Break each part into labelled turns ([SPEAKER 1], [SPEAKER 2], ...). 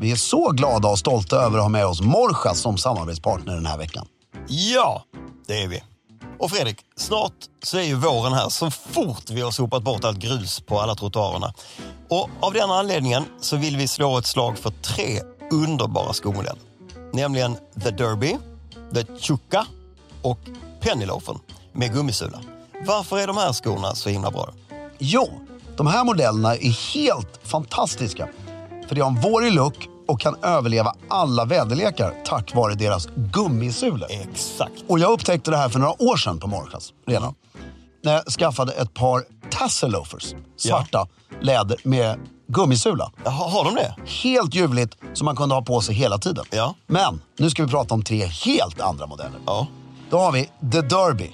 [SPEAKER 1] Vi är så glada och stolta över att ha med oss Morja som samarbetspartner den här veckan.
[SPEAKER 2] Ja, det är vi. Och Fredrik, snart så är ju våren här så fort vi har sopat bort allt grus på alla trottoarerna. Och av den anledningen så vill vi slå ett slag för tre underbara skomodeller. Nämligen The Derby, The Chukka och Pennyloafen med gummisula. Varför är de här skorna så himla bra?
[SPEAKER 1] Jo, de här modellerna är helt fantastiska. För de har en vårig look och kan överleva alla väderlekar tack vare deras gummisulor.
[SPEAKER 2] Exakt.
[SPEAKER 1] Och jag upptäckte det här för några år sedan på Morjas redan. När jag skaffade ett par tassel loafers, svarta läder med gummisula.
[SPEAKER 2] Ha, har de det?
[SPEAKER 1] Helt ljuvligt som man kunde ha på sig hela tiden.
[SPEAKER 2] Ja.
[SPEAKER 1] Men nu ska vi prata om tre helt andra modeller.
[SPEAKER 2] Ja.
[SPEAKER 1] Då har vi The Derby.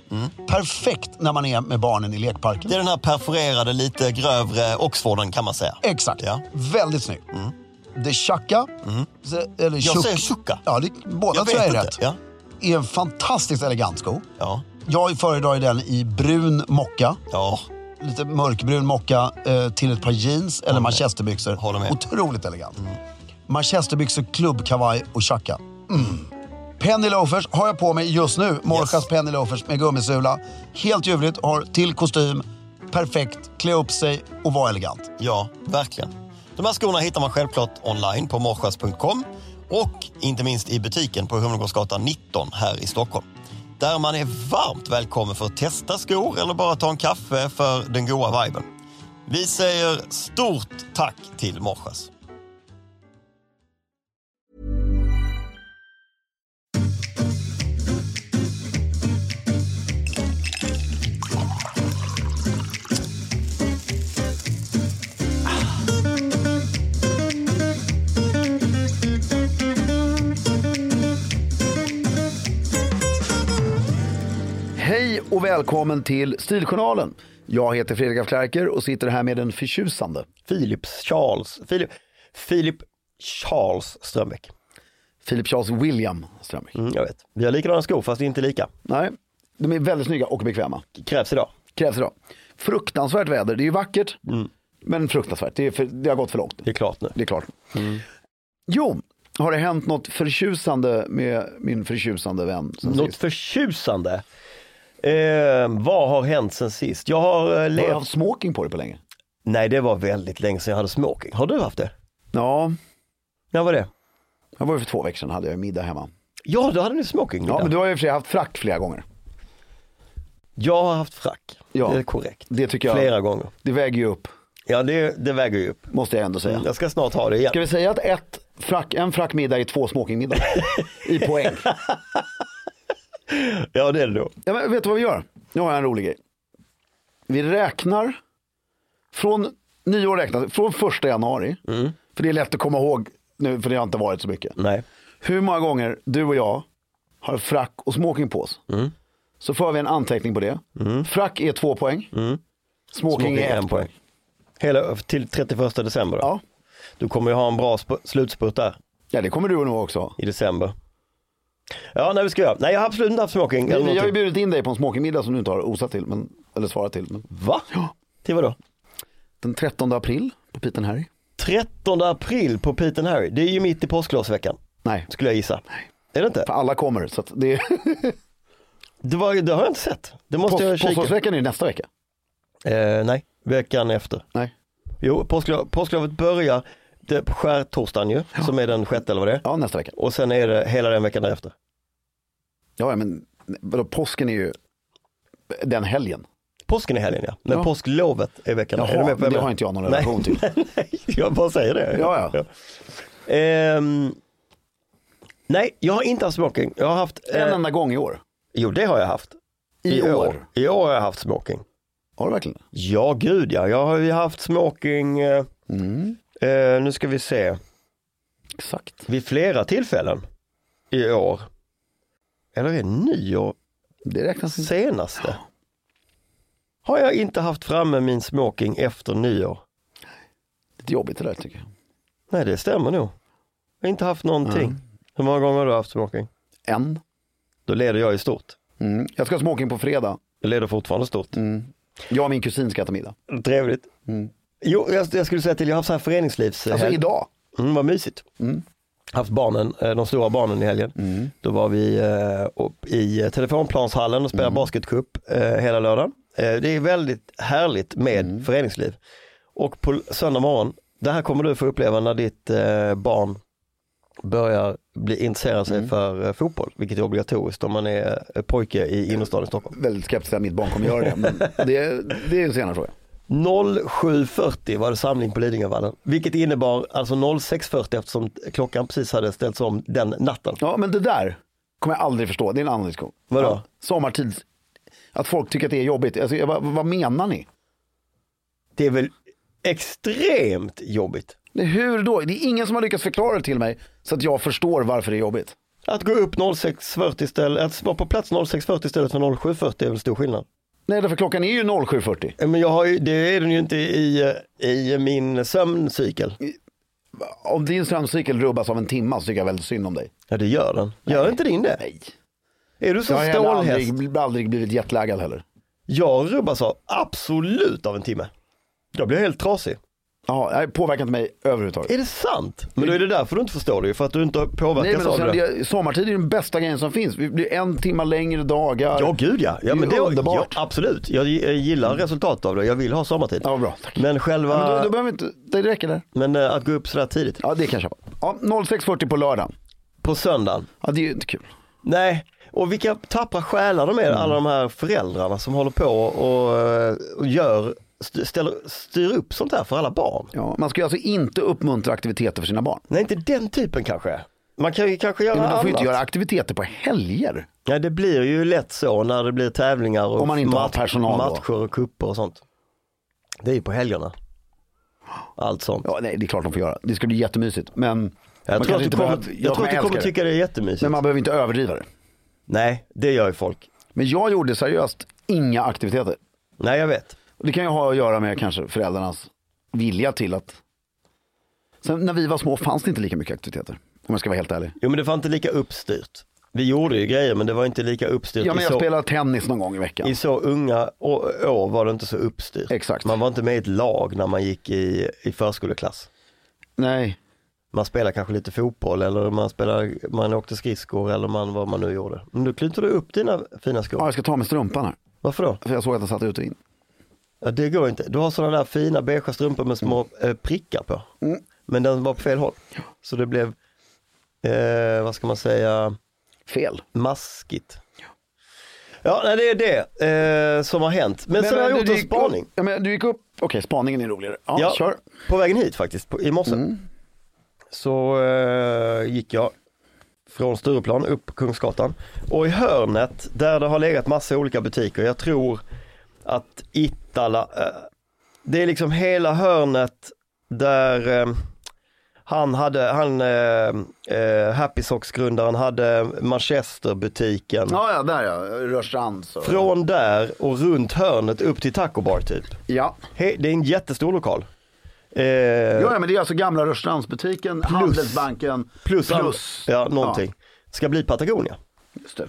[SPEAKER 1] Perfekt när man är med barnen i lekparken.
[SPEAKER 2] Det är den här perforerade, lite grövre Oxforden kan man säga.
[SPEAKER 1] Exakt.
[SPEAKER 2] Ja. Mm.
[SPEAKER 1] Väldigt snygg. The Chaka. se- Eller
[SPEAKER 2] Jag
[SPEAKER 1] Chuk-
[SPEAKER 2] säger Chukka.
[SPEAKER 1] Ja, det, båda
[SPEAKER 2] Jag
[SPEAKER 1] tror jag är
[SPEAKER 2] vet
[SPEAKER 1] rätt.
[SPEAKER 2] inte, ja.
[SPEAKER 1] Är en fantastiskt elegant sko.
[SPEAKER 2] Ja.
[SPEAKER 1] Jag föredrar ju den i brun mocka.
[SPEAKER 2] Ja.
[SPEAKER 1] Lite mörkbrun mocka eh, till ett par jeans eller manchesterbyxor.
[SPEAKER 2] Håller med.
[SPEAKER 1] Otroligt elegant. Manchesterbyxor, klubbkavaj och chacka. Mm. Penny loafers har jag på mig just nu. Morjas
[SPEAKER 2] Yes.
[SPEAKER 1] penny loafers med gummisula. Helt ljuvligt, har till kostym. Perfekt, klä upp sig och vara elegant.
[SPEAKER 2] Ja, verkligen. De här skorna hittar man självklart online på morschas.com och inte minst i butiken på Humlegårdsgatan 19 här i Stockholm. Där man är varmt välkommen för att testa skor eller bara ta en kaffe för den goa viben. Vi säger stort tack till Morschas.
[SPEAKER 1] Hej och välkommen till Stiljournalen. Jag heter Fredrik af Klerker och sitter här med den förtjusande
[SPEAKER 2] Filip Charles, Filip, Filip Charles Strömbäck. Mm,
[SPEAKER 1] Philip Charles William Strömbäck.
[SPEAKER 2] jag vet. Vi har likadana skor fast inte lika.
[SPEAKER 1] Nej, de är väldigt snygga och bekväma.
[SPEAKER 2] Krävs idag.
[SPEAKER 1] Krävs idag. Fruktansvärt väder, det är ju vackert.
[SPEAKER 3] Mm.
[SPEAKER 1] Men fruktansvärt, det, är för, det har gått för långt.
[SPEAKER 2] är klart nu.
[SPEAKER 1] Det är klart.
[SPEAKER 3] Mm.
[SPEAKER 1] Jo, har det hänt något förtjusande med min förtjusande vän sen
[SPEAKER 3] Något
[SPEAKER 1] sist?
[SPEAKER 3] förtjusande. Eh, vad har hänt sen sist? Jag har eh,
[SPEAKER 1] Har jag
[SPEAKER 3] levt...
[SPEAKER 1] haft smoking på dig på länge?
[SPEAKER 3] Nej, det var väldigt länge sedan jag hade smoking. Har du haft det?
[SPEAKER 1] Ja,
[SPEAKER 3] När var det?
[SPEAKER 1] jag var ju för två veckor sedan hade jag middag hemma.
[SPEAKER 3] Ja, då hade ni smoking.
[SPEAKER 1] Ja,
[SPEAKER 3] Ja,
[SPEAKER 1] men du har ju i och för sig haft frack flera gånger.
[SPEAKER 3] Jag har haft frack.
[SPEAKER 1] Ja.
[SPEAKER 3] Det är korrekt.
[SPEAKER 1] Det tycker jag,
[SPEAKER 3] Flera gånger.
[SPEAKER 1] det väger ju upp,
[SPEAKER 3] Ja, det, det väger ju upp.
[SPEAKER 1] måste jag ändå säga.
[SPEAKER 3] Jag ska snart ha det igen.
[SPEAKER 1] Ska vi säga att ett frack, en frackmiddag är två smokingmiddagar? I poäng.
[SPEAKER 3] Ja, det är det då.
[SPEAKER 1] Ja, men vet du vad vi gör? Nu har jag en rolig grej. Vi räknar från nyår räknat, från första januari. För det är lätt att komma ihåg nu för det har inte varit så mycket.
[SPEAKER 3] Nej.
[SPEAKER 1] Hur många gånger du och jag har frack och smoking på oss. Så för vi en anteckning på det. Frack är två poäng. Smoking,
[SPEAKER 3] Smoking
[SPEAKER 1] är ett poäng.
[SPEAKER 3] Hela, till 31 december.
[SPEAKER 1] Ja.
[SPEAKER 3] Du kommer ju ha en bra sp- slutspurt där
[SPEAKER 1] ja, det kommer du nog också ha.
[SPEAKER 3] i december. Ja, nej, vi ska göra. Nej, jag har absolut inte haft smoking. eller
[SPEAKER 1] Vi, vi har ju
[SPEAKER 3] någonting.
[SPEAKER 1] bjudit in dig på en smokingmiddag som du inte har osat till, men, eller svarat till. Men.
[SPEAKER 3] Va? Till vadå?
[SPEAKER 1] Den 13 april på Piten Harry.
[SPEAKER 3] 13 april på Pete and Harry, det är ju mitt i påsklovsveckan
[SPEAKER 1] Nej,
[SPEAKER 3] skulle jag gissa. Är det inte?
[SPEAKER 1] för alla kommer. Så att det är...
[SPEAKER 3] Det, var, det har jag inte sett. Det måste jag
[SPEAKER 1] Post,
[SPEAKER 3] kika.
[SPEAKER 1] Påsklovsveckan är ju nästa vecka.
[SPEAKER 3] Eh, nej, veckan efter.
[SPEAKER 1] Nej.
[SPEAKER 3] Jo, påsklo, påsklovet börjar det, på skärtorsdagen ju, som är den sjätte eller vad det är.
[SPEAKER 1] Ja, nästa vecka.
[SPEAKER 3] Och sen är det hela den veckan därefter.
[SPEAKER 1] Ja, ja, men vadå, påsken är ju den helgen.
[SPEAKER 3] Påsken är helgen ja, men
[SPEAKER 1] Ja.
[SPEAKER 3] påsklovet är veckan.
[SPEAKER 1] Jaha,
[SPEAKER 3] är du med på vad
[SPEAKER 1] det
[SPEAKER 3] menar?
[SPEAKER 1] har inte jag någon
[SPEAKER 3] Nej.
[SPEAKER 1] relation till.
[SPEAKER 3] Nej, jag bara säger det.
[SPEAKER 1] Ja, ja.
[SPEAKER 3] Ehm, nej, jag har inte haft smoking. Jag har haft,
[SPEAKER 1] En
[SPEAKER 3] eh,
[SPEAKER 1] enda gång i år.
[SPEAKER 3] jo det har jag haft.
[SPEAKER 1] I år.
[SPEAKER 3] I år har jag haft smoking.
[SPEAKER 1] Har du verkligen?
[SPEAKER 3] Ja, gud ja. Jag har ju haft smoking, eh,
[SPEAKER 1] Mm,
[SPEAKER 3] eh, nu ska vi se,
[SPEAKER 1] exakt.
[SPEAKER 3] vid flera tillfällen i år. Eller är det nyår
[SPEAKER 1] Det räknas inte.
[SPEAKER 3] senaste? Har jag inte haft framme min smoking efter nyår?
[SPEAKER 1] Lite jobbigt det där tycker jag.
[SPEAKER 3] Nej, det stämmer nog. Jag har inte haft någonting. Hur många gånger har du haft smoking?
[SPEAKER 1] En.
[SPEAKER 3] Då leder jag i stort.
[SPEAKER 1] Mm. Jag ska ha smoking på fredag.
[SPEAKER 3] Jag leder fortfarande stort.
[SPEAKER 1] Jag och min kusin ska äta middag.
[SPEAKER 3] Trevligt. Jo, jag, jag skulle säga till, jag har haft så här föreningslivshelg.
[SPEAKER 1] Alltså idag.
[SPEAKER 3] Mm, vad mysigt. Haft barnen, eh, de stora barnen i helgen.
[SPEAKER 1] Mm.
[SPEAKER 3] Då var vi eh, upp i eh, telefonplanshallen och spelade basketcup eh, hela lördagen. Eh, det är väldigt härligt med föreningsliv. Och på söndag morgon, det här kommer du få uppleva när ditt eh, barn börjar bli intresserad sig för eh, fotboll, vilket är obligatoriskt om man är eh, pojke i innerstaden i Stockholm.
[SPEAKER 1] Väldigt skeptisk att mitt barn kommer göra det. Men det, det är en senare fråga.
[SPEAKER 3] 07.40 var det samling på Lidingövallen, vilket innebar alltså 06.40 eftersom klockan precis hade ställts om den natten.
[SPEAKER 1] Ja, men det där kommer jag aldrig förstå. Det är en annan diskussion.
[SPEAKER 3] Vadå?
[SPEAKER 1] Ja, sommartids... Att folk tycker att det är jobbigt. Alltså, jag bara, vad menar ni?
[SPEAKER 3] Det är väl extremt jobbigt
[SPEAKER 1] Det- Hur då? Det är ingen som har lyckats förklara det till mig så att jag förstår varför det är jobbigt.
[SPEAKER 3] att gå upp 06.40 istället, att vara på plats 06.40 istället för 07.40 är väl stor skillnad.
[SPEAKER 1] Nej, därför klockan är ju 07.40.
[SPEAKER 3] Eh, Men jag har ju, det är den ju inte i, eh, i min sömncykel.
[SPEAKER 1] Om din sömncykel rubbas av en timma så tycker jag väldigt synd om dig.
[SPEAKER 3] Ja det gör den. Gör inte din det?
[SPEAKER 1] Nej.
[SPEAKER 3] Är du
[SPEAKER 1] Jag
[SPEAKER 3] så
[SPEAKER 1] har heller
[SPEAKER 3] stålhäst?
[SPEAKER 1] aldrig, aldrig blivit jetlaggad heller.
[SPEAKER 3] Jag rubbas av, absolut av en timme. Jag blir helt trasig.
[SPEAKER 1] Ja, det har påverkat mig överhuvudtaget.
[SPEAKER 3] Är det sant? Men då är det därför du inte förstår det ju, för att du inte har
[SPEAKER 1] Nej,
[SPEAKER 3] påverkats
[SPEAKER 1] men
[SPEAKER 3] av
[SPEAKER 1] sen,
[SPEAKER 3] det.
[SPEAKER 1] det, sommartid är ju den bästa grejen som finns. Vi blir en timma längre dagar.
[SPEAKER 3] Ja gud ja, ja
[SPEAKER 1] är
[SPEAKER 3] men
[SPEAKER 1] ju
[SPEAKER 3] det är
[SPEAKER 1] underbart.
[SPEAKER 3] Ja, absolut. Jag jag gillar resultatet av det, jag vill ha sommartid.
[SPEAKER 1] Ja, bra. Tack.
[SPEAKER 3] Men själva,
[SPEAKER 1] Men då, då behöver vi inte, det räcker där.
[SPEAKER 3] men eh, att gå upp sådär tidigt.
[SPEAKER 1] Ja, det kan jag köpa. Ja, 06.40 på lördagen.
[SPEAKER 3] På söndagen,
[SPEAKER 1] Ja, det är ju inte kul.
[SPEAKER 3] nej. Och vilka tappra själar de är,
[SPEAKER 1] Mm.
[SPEAKER 3] alla de här föräldrarna som håller på och, eh, och gör, st- ställer, styr upp sånt här för alla barn.
[SPEAKER 1] Ja, man ska ju alltså inte uppmuntra aktiviteter för sina barn.
[SPEAKER 3] Nej inte den typen kanske. Man kan ju kanske göra
[SPEAKER 1] Ja, men de får ju
[SPEAKER 3] annat.
[SPEAKER 1] inte göra aktiviteter på helger.
[SPEAKER 3] Nej det blir ju lätt så när det blir tävlingar och
[SPEAKER 1] Om man inte har personal då.
[SPEAKER 3] matcher och kupper och sånt. Det är ju på helgerna. Allt sånt.
[SPEAKER 1] Ja, nej, det är klart de får göra. Det skulle bli jättemysigt. Men man
[SPEAKER 3] Jag tror,
[SPEAKER 1] kanske
[SPEAKER 3] att du
[SPEAKER 1] inte
[SPEAKER 3] kommer,
[SPEAKER 1] behöver-
[SPEAKER 3] jag
[SPEAKER 1] Ja,
[SPEAKER 3] tror att
[SPEAKER 1] man
[SPEAKER 3] du kommer
[SPEAKER 1] älskar
[SPEAKER 3] tycka det är jättemysigt.
[SPEAKER 1] Men man behöver inte överdriva det.
[SPEAKER 3] Nej, det gör ju folk.
[SPEAKER 1] Men jag gjorde seriöst inga aktiviteter.
[SPEAKER 3] Nej, jag vet.
[SPEAKER 1] Och Det kan ju ha att göra med kanske föräldrarnas vilja till att... Sen när vi var små fanns det inte lika mycket aktiviteter. Om jag ska vara helt ärlig.
[SPEAKER 3] Jo, men det var inte lika uppstyrt. Vi gjorde ju grejer, men det var inte lika uppstyrt.
[SPEAKER 1] Ja, men
[SPEAKER 3] I,
[SPEAKER 1] jag
[SPEAKER 3] så,
[SPEAKER 1] spelar tennis någon gång i veckan.
[SPEAKER 3] I så unga å- år var det inte så uppstyrt.
[SPEAKER 1] Exakt.
[SPEAKER 3] Man var inte med i ett lag när man gick i, i förskoleklass.
[SPEAKER 1] Nej,
[SPEAKER 3] Man spelade kanske lite fotboll eller man, spelade, man åkte skridskor eller man, vad man nu gjorde. Men du knyter du upp dina fina skor.
[SPEAKER 1] ja, jag ska ta med strumpan här.
[SPEAKER 3] Varför då?
[SPEAKER 1] För jag såg att den satt ut och in.
[SPEAKER 3] Ja, det går inte. Du har sådana där fina beiga strumpor med små
[SPEAKER 1] Mm.
[SPEAKER 3] eh, prickar på. Men den var på fel håll. Så det blev, eh, vad ska man säga,
[SPEAKER 1] Fel.
[SPEAKER 3] maskigt. Ja, nej, det är det eh, som har hänt. Men, sen har jag gjort
[SPEAKER 1] du
[SPEAKER 3] en
[SPEAKER 1] gick
[SPEAKER 3] spaning.
[SPEAKER 1] Upp, ja, men du gick upp, okej spaningen är roligare. Ja,
[SPEAKER 3] Ja,
[SPEAKER 1] kör.
[SPEAKER 3] På vägen hit faktiskt, på, i morse.
[SPEAKER 1] Mm.
[SPEAKER 3] Så eh, gick jag från Stureplan upp på Kungsgatan. Och i hörnet där det har legat massa olika butiker, jag tror att Ittala, eh, det är liksom hela hörnet där eh, han hade, han, eh, eh, Happy Socks-grundaren hade Manchester-butiken.
[SPEAKER 1] Ja, ja, där ja. Rörstrand. Så.
[SPEAKER 3] Från där och runt hörnet upp till Taco Bar typ.
[SPEAKER 1] Ja.
[SPEAKER 3] He- det är en jättestor lokal. Eh,
[SPEAKER 1] Ja, ja, men det är alltså gamla Rörstrandsbutiken, Handelsbanken,
[SPEAKER 3] plus,
[SPEAKER 1] plus.
[SPEAKER 3] Ja, någonting. Ska bli Patagonia.
[SPEAKER 1] Ja, just det.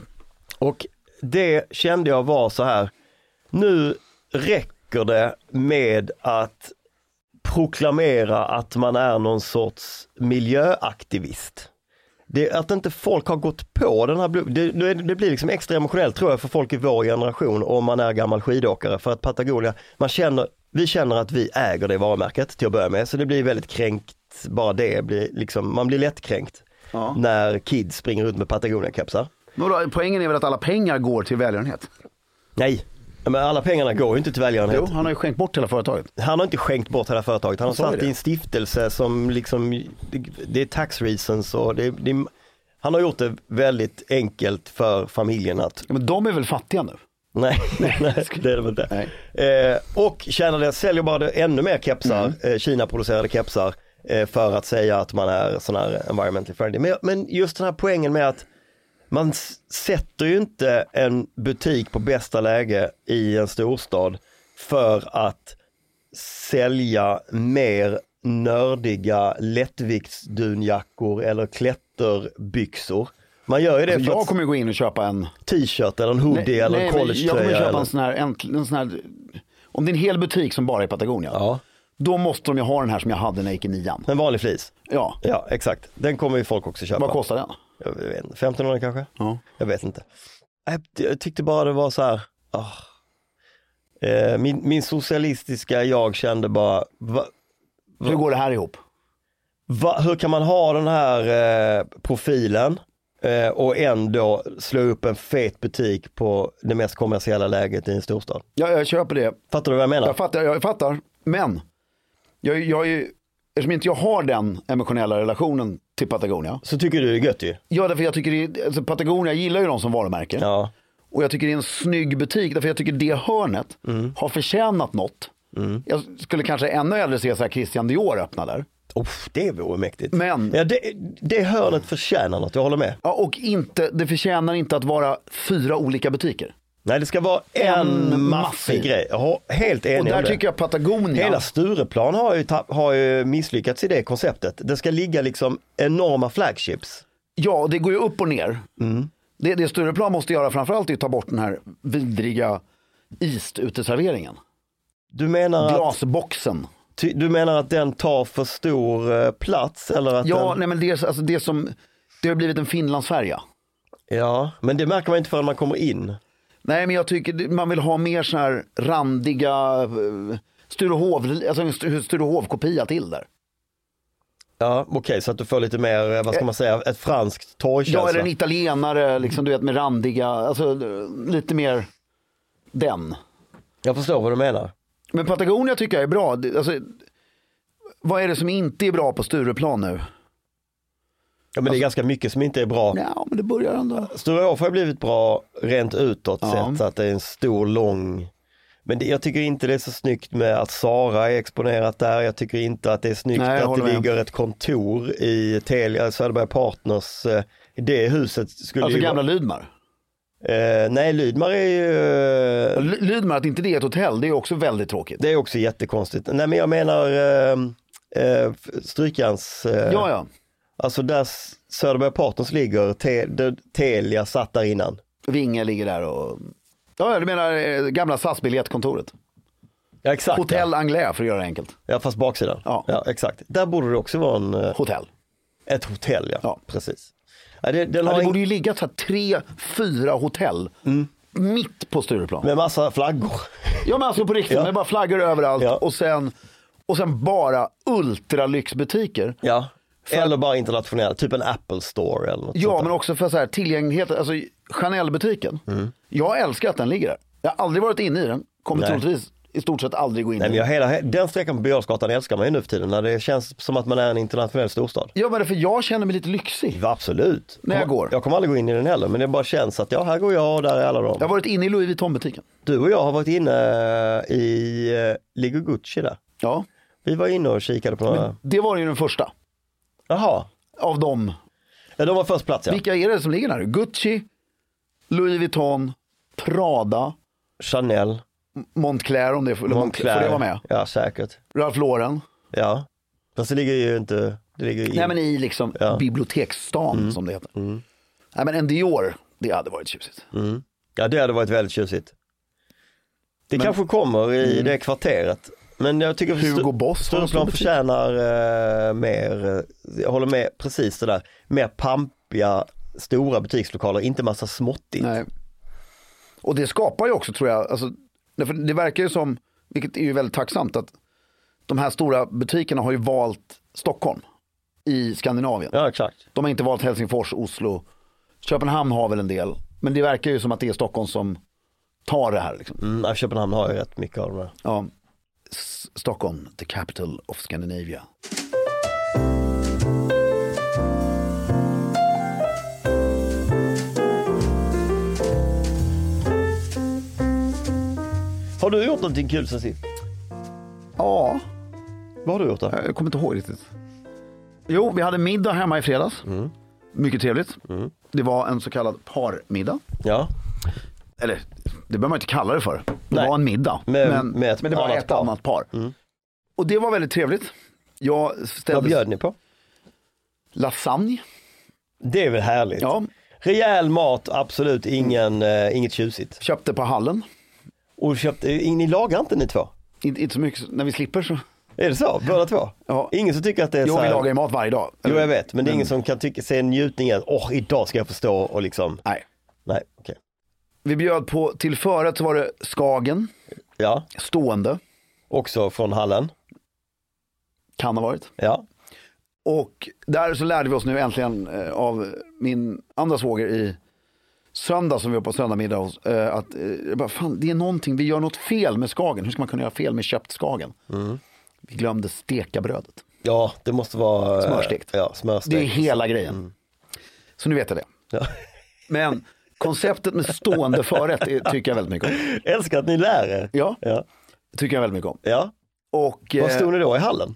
[SPEAKER 3] Och det kände jag var så här, nu räcker det med att proklamera att man är någon sorts miljöaktivist. Det, att inte folk har gått på den här, blo- det, det, det blir liksom extra emotionellt tror jag för folk i vår generation om man är gammal skidåkare för att Patagonia, man känner, vi känner att vi äger det varumärket till att börja med så det blir väldigt kränkt, bara det blir liksom, man blir lättkränkt
[SPEAKER 1] Ja.
[SPEAKER 3] när kids springer runt med Patagonia-kepsar.
[SPEAKER 1] Men då, poängen är väl att alla pengar går till välgörenhet?
[SPEAKER 3] Nej, men alla pengarna går ju inte till välgörenhet.
[SPEAKER 1] Jo, han har ju skänkt bort hela företaget.
[SPEAKER 3] Han har inte skänkt bort hela företaget, han har
[SPEAKER 1] sa ju
[SPEAKER 3] satt
[SPEAKER 1] det.
[SPEAKER 3] i en stiftelse som liksom, det är tax reasons och det, det, han har gjort det väldigt enkelt för familjen att,
[SPEAKER 1] Ja, men de är väl fattiga nu?
[SPEAKER 3] nej, nej det är det inte.
[SPEAKER 1] Nej. Mm.
[SPEAKER 3] Eh, och tjänar det, säljer bara det, ännu mer kepsar, eh, Kina-producerade kepsar, eh, för att säga att man är sån här environmentally friendly. Men, men just den här poängen med att man s- sätter ju inte en butik på bästa läge i en storstad för att sälja mer nördiga lättviktsdunjackor eller klätterbyxor. Man gör ju det för
[SPEAKER 1] Alltså, Jag
[SPEAKER 3] att
[SPEAKER 1] kommer ju gå in och köpa en...
[SPEAKER 3] t-shirt eller en hoodie eller en
[SPEAKER 1] men jag kommer
[SPEAKER 3] collegetröja.
[SPEAKER 1] köpa
[SPEAKER 3] eller-
[SPEAKER 1] en sån här, en, en sån här... Om det är en hel butik som bara är Patagonia.
[SPEAKER 3] Ja.
[SPEAKER 1] Då måste de ju ha den här som jag hade när jag gick i nian.
[SPEAKER 3] En vanlig flis.
[SPEAKER 1] Ja,
[SPEAKER 3] Ja, exakt. Den kommer ju folk också köpa.
[SPEAKER 1] vad kostar den?
[SPEAKER 3] Jag vet inte, 1500 kanske?
[SPEAKER 1] Ja.
[SPEAKER 3] Jag vet inte. Jag, jag tyckte bara det var så här, ah. eh, min, min socialistiska jag kände bara, va,
[SPEAKER 1] Hur går det här ihop?
[SPEAKER 3] va, hur kan man ha den här eh, profilen eh, och ändå slå upp en fet butik på det mest kommersiella läget i en storstad?
[SPEAKER 1] Jag, jag köper det.
[SPEAKER 3] Fattar du vad jag menar?
[SPEAKER 1] Jag fattar, jag fattar. Men jag, jag är ju, eftersom inte jag har den emotionella relationen till Patagonia.
[SPEAKER 3] Så tycker du det är gött ju.
[SPEAKER 1] Ja, därför jag tycker det, är- alltså Patagonia jag gillar ju dem som varumärke.
[SPEAKER 3] Ja,
[SPEAKER 1] Och jag tycker det är en snygg butik, därför jag tycker det hörnet
[SPEAKER 3] Mm.
[SPEAKER 1] har förtjänat något. Jag skulle kanske ännu hellre se så här Christian Dior öppna där.
[SPEAKER 3] Uff, det vore mäktigt.
[SPEAKER 1] Men-
[SPEAKER 3] Ja, det, det hörnet förtjänar något, jag håller med.
[SPEAKER 1] Ja, och inte, det förtjänar inte att vara fyra olika butiker.
[SPEAKER 3] Nej, det ska vara en,
[SPEAKER 1] En
[SPEAKER 3] maffig
[SPEAKER 1] massiv.
[SPEAKER 3] grej. Jag har- Helt enig
[SPEAKER 1] Och där
[SPEAKER 3] om det.
[SPEAKER 1] tycker jag Patagonia,
[SPEAKER 3] Hela Stureplan har ju, tapp- har ju misslyckats i det konceptet. Det ska ligga liksom enorma flagships.
[SPEAKER 1] ja det går ju upp och ner. Det, det Stureplan måste göra framförallt är att ta bort den här vidriga istuteserveringen.
[SPEAKER 3] Du menar, att,
[SPEAKER 1] Glasboxen.
[SPEAKER 3] ty, du menar att den tar för stor eh, plats? Eller att
[SPEAKER 1] Ja,
[SPEAKER 3] den,
[SPEAKER 1] nej men det, är- alltså, det som, det har blivit en Finlandsfärja.
[SPEAKER 3] ja, men det märker man inte förrän man kommer in.
[SPEAKER 1] Nej, men jag tycker det- man vill ha mer så här randiga eh, Sturehov, alltså en Stu- Sturehov-kopia till där.
[SPEAKER 3] Ja, okej, så att du får lite mer, eh, vad ska man säga, ett franskt
[SPEAKER 1] Ja, eller
[SPEAKER 3] torgkänsla.
[SPEAKER 1] en italienare, liksom, du vet med randiga, alltså eh, lite mer den.
[SPEAKER 3] jag förstår vad du menar.
[SPEAKER 1] Men Patagonia tycker jag är bra. Det- Alltså, vad är det som inte är bra på Stureplan nu?
[SPEAKER 3] Ja, men
[SPEAKER 1] Alltså-
[SPEAKER 3] det är ganska mycket som inte är bra.
[SPEAKER 1] Ja, men det börjar ändå.
[SPEAKER 3] Sturehof har ju blivit bra rent utåt
[SPEAKER 1] Ja.
[SPEAKER 3] sett så att det är en stor lång men det, jag tycker inte det är så snyggt med att Sara är exponerat där. Jag tycker inte att det är snyggt
[SPEAKER 1] Nej, jag
[SPEAKER 3] att det
[SPEAKER 1] håller med.
[SPEAKER 3] ligger ett kontor i Telia, Söderberg Partners. eh, Det huset skulle
[SPEAKER 1] Alltså
[SPEAKER 3] ju
[SPEAKER 1] gamla
[SPEAKER 3] vara-
[SPEAKER 1] Lydmar.
[SPEAKER 3] eh, Nej, Lydmar är ju... eh,
[SPEAKER 1] Ly- Lydmar, att inte det är ett hotell, det är också väldigt tråkigt.
[SPEAKER 3] Det är också jättekonstigt. Nej, men jag menar eh, eh, Strykjans... Eh,
[SPEAKER 1] Ja, ja.
[SPEAKER 3] Alltså där S- Söderberg Partners ligger, te, där Telia satt där innan.
[SPEAKER 1] Vinge ligger där och... Ja, ja, du menar eh, gamla SAS-biljettkontoret.
[SPEAKER 3] Ja, exakt.
[SPEAKER 1] Hotell Anglais för att göra det enkelt.
[SPEAKER 3] Ja fast baksidan. Ja.
[SPEAKER 1] Ja.
[SPEAKER 3] exakt. Där borde det också vara en, eh,
[SPEAKER 1] Hotell.
[SPEAKER 3] ett hotell. Ja.
[SPEAKER 1] Ja.
[SPEAKER 3] Precis. Ja, det, den
[SPEAKER 1] Ja, Mm.
[SPEAKER 3] har
[SPEAKER 1] det
[SPEAKER 3] en,
[SPEAKER 1] borde ju ligga så här tre, fyra hotell mitt på Stureplan.
[SPEAKER 3] med massa flaggor.
[SPEAKER 1] ja men alltså på riktigt,
[SPEAKER 3] Ja.
[SPEAKER 1] med bara flaggor överallt
[SPEAKER 3] Ja.
[SPEAKER 1] och, sen, och sen bara ultralyxbutiker.
[SPEAKER 3] Ja. Eller bara internationella, typ en Apple store eller något
[SPEAKER 1] Ja
[SPEAKER 3] sånt
[SPEAKER 1] men också för så här, tillgänglighet, alltså Chanel-butiken.
[SPEAKER 3] Mm.
[SPEAKER 1] Jag älskar att den ligger där. Jag har aldrig varit inne i den, kommer
[SPEAKER 3] Nej.
[SPEAKER 1] troligtvis i stort sett aldrig gå in
[SPEAKER 3] Nej,
[SPEAKER 1] i
[SPEAKER 3] men
[SPEAKER 1] den.
[SPEAKER 3] jag, hela, den sträckan på Birger älskar man ju nu för tiden när det känns som att man är en internationell storstad.
[SPEAKER 1] Ja men det är för jag känner mig lite lyxig.
[SPEAKER 3] Ja, absolut.
[SPEAKER 1] När jag går.
[SPEAKER 3] Jag kommer aldrig gå in i den heller men det bara känns att ja här går jag och där är alla dem.
[SPEAKER 1] Jag har varit inne i Louis Vuitton-butiken.
[SPEAKER 3] Du och jag har varit inne i eh, Ligo Gucci där.
[SPEAKER 1] Ja,
[SPEAKER 3] Vi var inne och kikade på några.
[SPEAKER 1] det var ju den första
[SPEAKER 3] Jaha,
[SPEAKER 1] av dem
[SPEAKER 3] ja, de var först plats ja.
[SPEAKER 1] Vilka är det som ligger där? Gucci, Louis Vuitton, Prada,
[SPEAKER 3] Chanel.
[SPEAKER 1] Montclair om det får, eller Montclair.
[SPEAKER 3] Montclair.
[SPEAKER 1] får det vara med.
[SPEAKER 3] Ja, säkert.
[SPEAKER 1] Ralph Lauren.
[SPEAKER 3] Ja. Fast det ligger ju inte, det ligger ju in.
[SPEAKER 1] Nej men i liksom
[SPEAKER 3] Ja. Mm.
[SPEAKER 1] biblioteksstan som det heter. Nej men en Dior, det hade varit tjusigt.
[SPEAKER 3] Ja, det hade varit väldigt tjusigt. Det kanske kommer i det kvarteret. Men jag tycker
[SPEAKER 1] Mm. Hugo Boss har en stor
[SPEAKER 3] Stureplan
[SPEAKER 1] butik.
[SPEAKER 3] förtjänar eh, mer, eh, jag håller med precis det där, mer pampiga stora butikslokaler, inte massa småttigt.
[SPEAKER 1] Nej. Och det skapar ju också tror jag, alltså, därför det verkar ju som, vilket är ju väldigt tacksamt, att de här stora butikerna har ju valt Stockholm i Skandinavien.
[SPEAKER 3] Ja, exakt.
[SPEAKER 1] De har inte valt Helsingfors, Oslo. Köpenhamn har väl en del. Men det verkar ju som att det är Stockholm som tar det här. Liksom.
[SPEAKER 3] Mm, ja, Köpenhamn har ju rätt mycket av det. där.
[SPEAKER 1] Ja. S- Stockholm, the capital of Scandinavia.
[SPEAKER 3] Har du gjort någonting kul sen sist?
[SPEAKER 1] Ja,
[SPEAKER 3] Vad har du gjort då?
[SPEAKER 1] jag kommer inte ihåg riktigt. Mm. Jo, vi hade middag hemma i fredags. Mycket trevligt. Det var en så kallad parmiddag.
[SPEAKER 3] Ja,
[SPEAKER 1] Eller, det behöver man inte kalla det för. Det
[SPEAKER 3] Nej.
[SPEAKER 1] var en middag.
[SPEAKER 3] Med-
[SPEAKER 1] men,
[SPEAKER 3] med ett
[SPEAKER 1] men det var
[SPEAKER 3] annat
[SPEAKER 1] ett
[SPEAKER 3] par. Mm.
[SPEAKER 1] annat par. Och det var väldigt trevligt. Jag
[SPEAKER 3] vad
[SPEAKER 1] ställde
[SPEAKER 3] bjöd ni på?
[SPEAKER 1] lasagne.
[SPEAKER 3] Det är väl härligt.
[SPEAKER 1] Ja,
[SPEAKER 3] Rejäl mat, absolut ingen, eh, inget tjusigt.
[SPEAKER 1] köpte på Hallen.
[SPEAKER 3] Och köpte, ni lagar inte ni två?
[SPEAKER 1] Inte, inte så mycket, när vi slipper så.
[SPEAKER 3] Är det så? Båda två?
[SPEAKER 1] Ja.
[SPEAKER 3] Ingen som tycker att det är
[SPEAKER 1] Jo,
[SPEAKER 3] så
[SPEAKER 1] vi
[SPEAKER 3] här,
[SPEAKER 1] lagar Mm. ju mat varje dag.
[SPEAKER 3] Jo, jag vet, men det är ingen som kan tycka, se en njutning i att åh, idag ska jag förstå och liksom,
[SPEAKER 1] Nej.
[SPEAKER 3] nej, okej.
[SPEAKER 1] Vi bjöd på, till förrätt så var det skagen,
[SPEAKER 3] Ja,
[SPEAKER 1] stående,
[SPEAKER 3] också från hallen.
[SPEAKER 1] kan ha varit.
[SPEAKER 3] Ja,
[SPEAKER 1] Och där så lärde vi oss nu äntligen eh, av min andra svåger i söndag som vi var på söndagsmiddag hos, eh, att eh, jag bara, fan, det är någonting, vi gör något fel med skagen. Hur ska man kunna göra fel med köpt skagen?
[SPEAKER 3] Mm.
[SPEAKER 1] Vi glömde steka brödet.
[SPEAKER 3] ja det måste vara... eh,
[SPEAKER 1] Smörstekt.
[SPEAKER 3] Ja,
[SPEAKER 1] Det är
[SPEAKER 3] smörstekt.
[SPEAKER 1] hela grejen.
[SPEAKER 3] Mm.
[SPEAKER 1] Så nu vet jag det.
[SPEAKER 3] Ja.
[SPEAKER 1] Men konceptet med stående förrätt är, tycker jag väldigt mycket om.
[SPEAKER 3] Älskar att ni lär er.
[SPEAKER 1] Ja,
[SPEAKER 3] Ja,
[SPEAKER 1] tycker jag väldigt mycket om.
[SPEAKER 3] ja.
[SPEAKER 1] Och,
[SPEAKER 3] Var
[SPEAKER 1] eh,
[SPEAKER 3] stod ni då i hallen?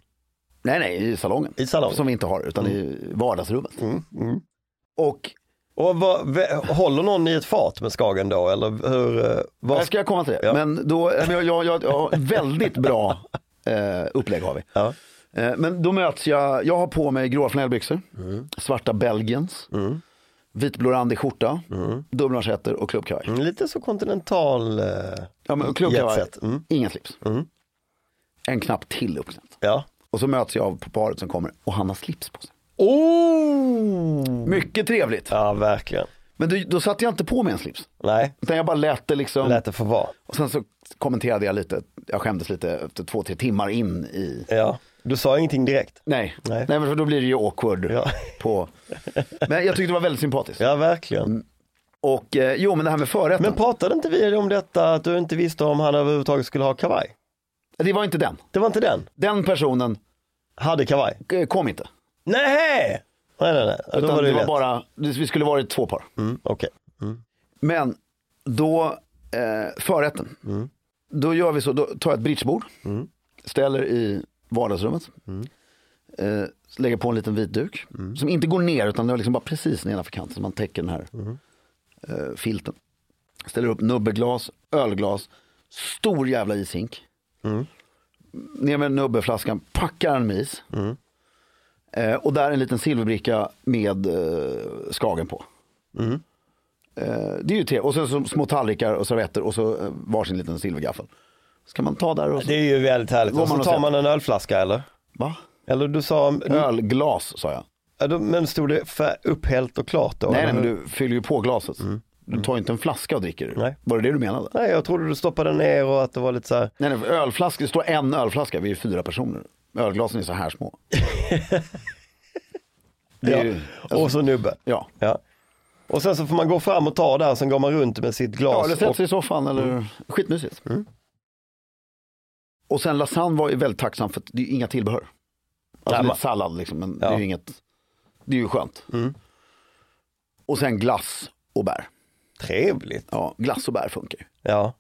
[SPEAKER 1] Nej, nej, i salongen.
[SPEAKER 3] I salongen? Mm.
[SPEAKER 1] Som vi inte har, utan i vardagsrummet. Och
[SPEAKER 3] Och vad, vä- håller någon i ett fat med skagen då eller hur? eh,
[SPEAKER 1] Jag
[SPEAKER 3] Vad,
[SPEAKER 1] ska jag komma till det.
[SPEAKER 3] Ja.
[SPEAKER 1] Men då, jag, jag, jag, jag, väldigt bra eh, upplägg har vi.
[SPEAKER 3] ja.
[SPEAKER 1] Eh, men då möts jag, jag har på mig gråa flanellbyxor,
[SPEAKER 3] Mm.
[SPEAKER 1] svarta Belgiens, vitblå randig skjorta, dubbla manschetter och klubbkavaj.
[SPEAKER 3] Mm, Lite så kontinental, eh,
[SPEAKER 1] Ja, men klubbkavaj,
[SPEAKER 3] Jetset, mm.
[SPEAKER 1] ingen slips. En knapp till uppknäppt.
[SPEAKER 3] ja.
[SPEAKER 1] Och så möts jag av på paret som kommer och han har slips på sig.
[SPEAKER 3] Oh!
[SPEAKER 1] Mycket trevligt.
[SPEAKER 3] Ja, verkligen.
[SPEAKER 1] Men då, då satte jag inte på mig en slips.
[SPEAKER 3] Nej,
[SPEAKER 1] Utan jag bara lät det liksom.
[SPEAKER 3] lät det få vara.
[SPEAKER 1] Och sen så kommenterade jag lite, jag skämdes lite efter två, tre timmar in i
[SPEAKER 3] Ja, du sa ingenting direkt.
[SPEAKER 1] Nej,
[SPEAKER 3] Nej.
[SPEAKER 1] Nej. men för då blir det ju awkward.
[SPEAKER 3] Ja.
[SPEAKER 1] På... Men jag tyckte det var väldigt sympatiskt.
[SPEAKER 3] Ja, verkligen.
[SPEAKER 1] Mm. Och eh, jo, men det här med förrätten.
[SPEAKER 3] Men pratade inte vi om detta att du inte visste om han överhuvudtaget skulle ha kavaj?
[SPEAKER 1] Det var inte den.
[SPEAKER 3] Det var inte den?
[SPEAKER 1] Den personen
[SPEAKER 3] Hade kavaj?
[SPEAKER 1] eh, kom inte.
[SPEAKER 3] Nej! Nej, nej, nej. Då
[SPEAKER 1] Utan
[SPEAKER 3] var det,
[SPEAKER 1] det
[SPEAKER 3] ju
[SPEAKER 1] var
[SPEAKER 3] lätt.
[SPEAKER 1] bara, vi skulle varit två par.
[SPEAKER 3] Mm, Okej.
[SPEAKER 1] Men då, eh, förrätten.
[SPEAKER 3] Mm.
[SPEAKER 1] Då gör vi så, då tar jag ett bridgebord. Ställer i vardagsrummet. Eh, lägger på en liten vit duk. Som inte går ner utan det var liksom bara precis nedanför kanten. Så man täcker den här eh, filten. Ställer upp nubbeglas, ölglas, stor jävla ishink. Ner med nubbeflaskan, packar den med is. Eh, och där en liten silverbricka med eh, skagen på. Eh, det är ju trevligt. Och sen så små tallrikar och servetter och så eh, varsin liten silvergaffel. Ska man ta där och så...
[SPEAKER 3] Det är ju väldigt härligt.
[SPEAKER 1] Går
[SPEAKER 3] Och så
[SPEAKER 1] man och
[SPEAKER 3] tar
[SPEAKER 1] ser-
[SPEAKER 3] man en ölflaska eller?
[SPEAKER 1] Va?
[SPEAKER 3] Eller du sa,
[SPEAKER 1] Ölglas sa jag.
[SPEAKER 3] Ja, då- men stod det fär- upphällt och klart då?
[SPEAKER 1] Nej,
[SPEAKER 3] eller
[SPEAKER 1] nej men
[SPEAKER 3] hur?
[SPEAKER 1] du fyller ju på glaset. Du tar ju inte en flaska och dricker.
[SPEAKER 3] Mm. Nej.
[SPEAKER 1] Var det det du menade?
[SPEAKER 3] Nej, jag trodde du stoppade ner och att det var lite så här.
[SPEAKER 1] Nej, nej, för ölflaska, det står en ölflaska, vi är fyra personer. Ölglasen är så här små. det är
[SPEAKER 3] Ja.
[SPEAKER 1] ju, alltså,
[SPEAKER 3] och så nubbe.
[SPEAKER 1] ja.
[SPEAKER 3] Ja. Och sen så får man gå fram och ta där, sen går man runt med sitt
[SPEAKER 1] ja,
[SPEAKER 3] glas.
[SPEAKER 1] eller sätter
[SPEAKER 3] och, Mm.
[SPEAKER 1] sig i soffan eller skitmysigt. Och sen lasagne var ju väldigt tacksam för att det är ju inga tillbehör. Alltså
[SPEAKER 3] Nej,
[SPEAKER 1] lite
[SPEAKER 3] men-
[SPEAKER 1] sallad liksom, men det
[SPEAKER 3] Ja.
[SPEAKER 1] är ju inget, det är ju skönt.
[SPEAKER 3] Mm.
[SPEAKER 1] Och sen glass och bär.
[SPEAKER 3] Trevligt.
[SPEAKER 1] Ja, glass och bär funkar ju.
[SPEAKER 3] Ja.